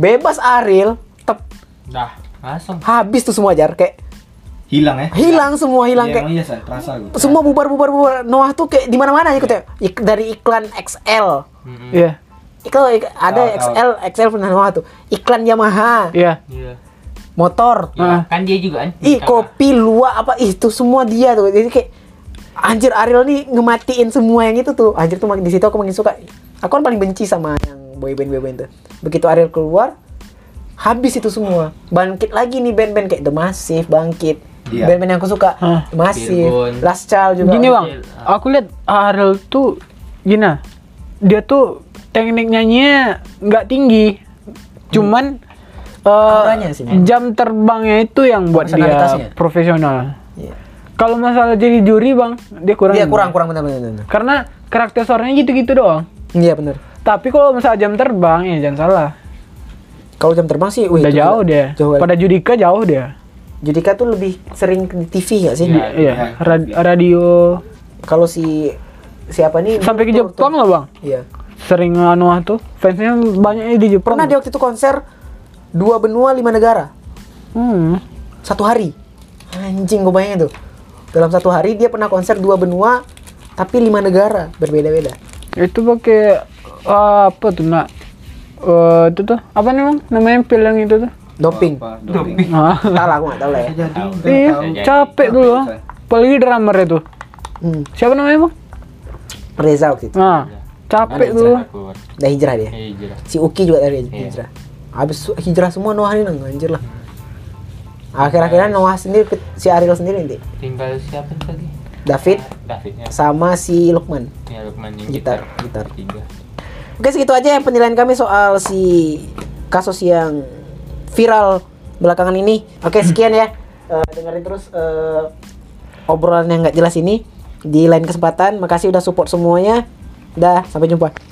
S1: Bebas Ariel, tep,
S6: dah langsung
S1: habis tuh semua jar kayak
S4: hilang ya
S1: hilang semua hilang
S4: Iya,
S1: kayak
S4: emang iya San, terasa gue
S1: semua bubar bubar bubar Noah tuh kayak di mana mana ikut ya Ik- dari iklan XL
S6: Hmm.
S2: Iya.
S1: iklan ik- ada
S4: Tahu, tahu.
S1: XL XL pernah Noah tuh iklan Yamaha
S2: Iya.
S6: iya
S1: motor
S2: Ah.
S6: kan dia juga kan
S1: ih kopi luak apa ih, itu semua dia tuh jadi kayak anjir Ariel nih ngematiin semua yang itu tuh anjir tuh makin di situ aku makin suka aku kan paling benci sama yang boyband boyband tuh begitu Ariel keluar habis itu semua bangkit lagi nih band-band kayak The Massive bangkit
S4: Iya.
S1: band-band yang aku suka
S2: Hah.
S1: The Massive
S6: Virgon.
S1: Last Child juga Ah.
S2: Gini, Bang. Aku lihat Aril tuh gini. Dia tuh teknik nyanyinya nggak tinggi. Cuman eh,
S1: Hmm. Auranya sih,
S2: jam terbangnya itu yang buat
S1: Personalitasnya.
S2: dia profesional.
S1: Iya.
S2: Kalau masalah jadi juri, Bang, dia kurang.
S1: Iya kurang kurang benar benar. benar.
S2: Karena karakter suaranya gitu-gitu doang.
S1: Iya benar.
S2: Tapi kalau misalnya jam terbang ya jangan salah.
S1: Kalau jam terbang sih, wih,
S2: Udah
S1: itu
S2: jauh
S1: gila.
S2: dia.
S1: Jauh
S2: Pada
S1: Pada
S2: Judika jauh dia.
S1: Judika tuh lebih sering ke TV gak sih?
S2: Iya, ra- radio
S1: Kalau si siapa nih?
S2: sampai ke
S1: Tur-
S2: Jepang
S1: tur-
S2: loh, Bang.
S1: Iya.
S2: Sering anu tuh. Fansnya banyaknya di Jepang.
S1: Pernah dia waktu itu konser dua benua lima negara
S2: Hmm.
S1: satu hari. Anjing gue bayangin tuh. Dalam satu hari dia pernah konser dua benua tapi lima negara berbeda-beda.
S2: Itu pakai eh, apa tuh, Nak? Eh, itu tuh apa nih bang namanya pil yang itu tuh
S1: Doping.
S4: doping
S2: Ah.
S1: Entah lah, aku gak tahu lah ya.
S4: jadi
S2: iya
S6: jadi.
S2: capek dulu
S4: Capek,
S2: apalagi drummer itu
S1: Hmm,
S2: siapa namanya bang
S1: Reza waktu itu.
S2: nah capek dulu
S6: keluar
S1: Udah hijrah dia.
S6: iya jelas
S1: si Uki juga dari hijrah habis su- hijrah semua Noah ini nang anjir lah akhir-akhirnya Noah sendiri ke- si Ariel sendiri nanti
S6: tinggal siapa tuh lagi
S1: David
S6: Davidnya
S1: sama si Lukman
S6: ya Lukman yang
S1: Gitar, gitar.
S6: gitar tiga
S1: oke segitu aja yang penilaian kami soal si kasus yang viral belakangan ini oke sekian ya Eh, dengerin terus eh, obrolan yang nggak jelas ini di lain kesempatan makasih udah support semuanya dah sampai jumpa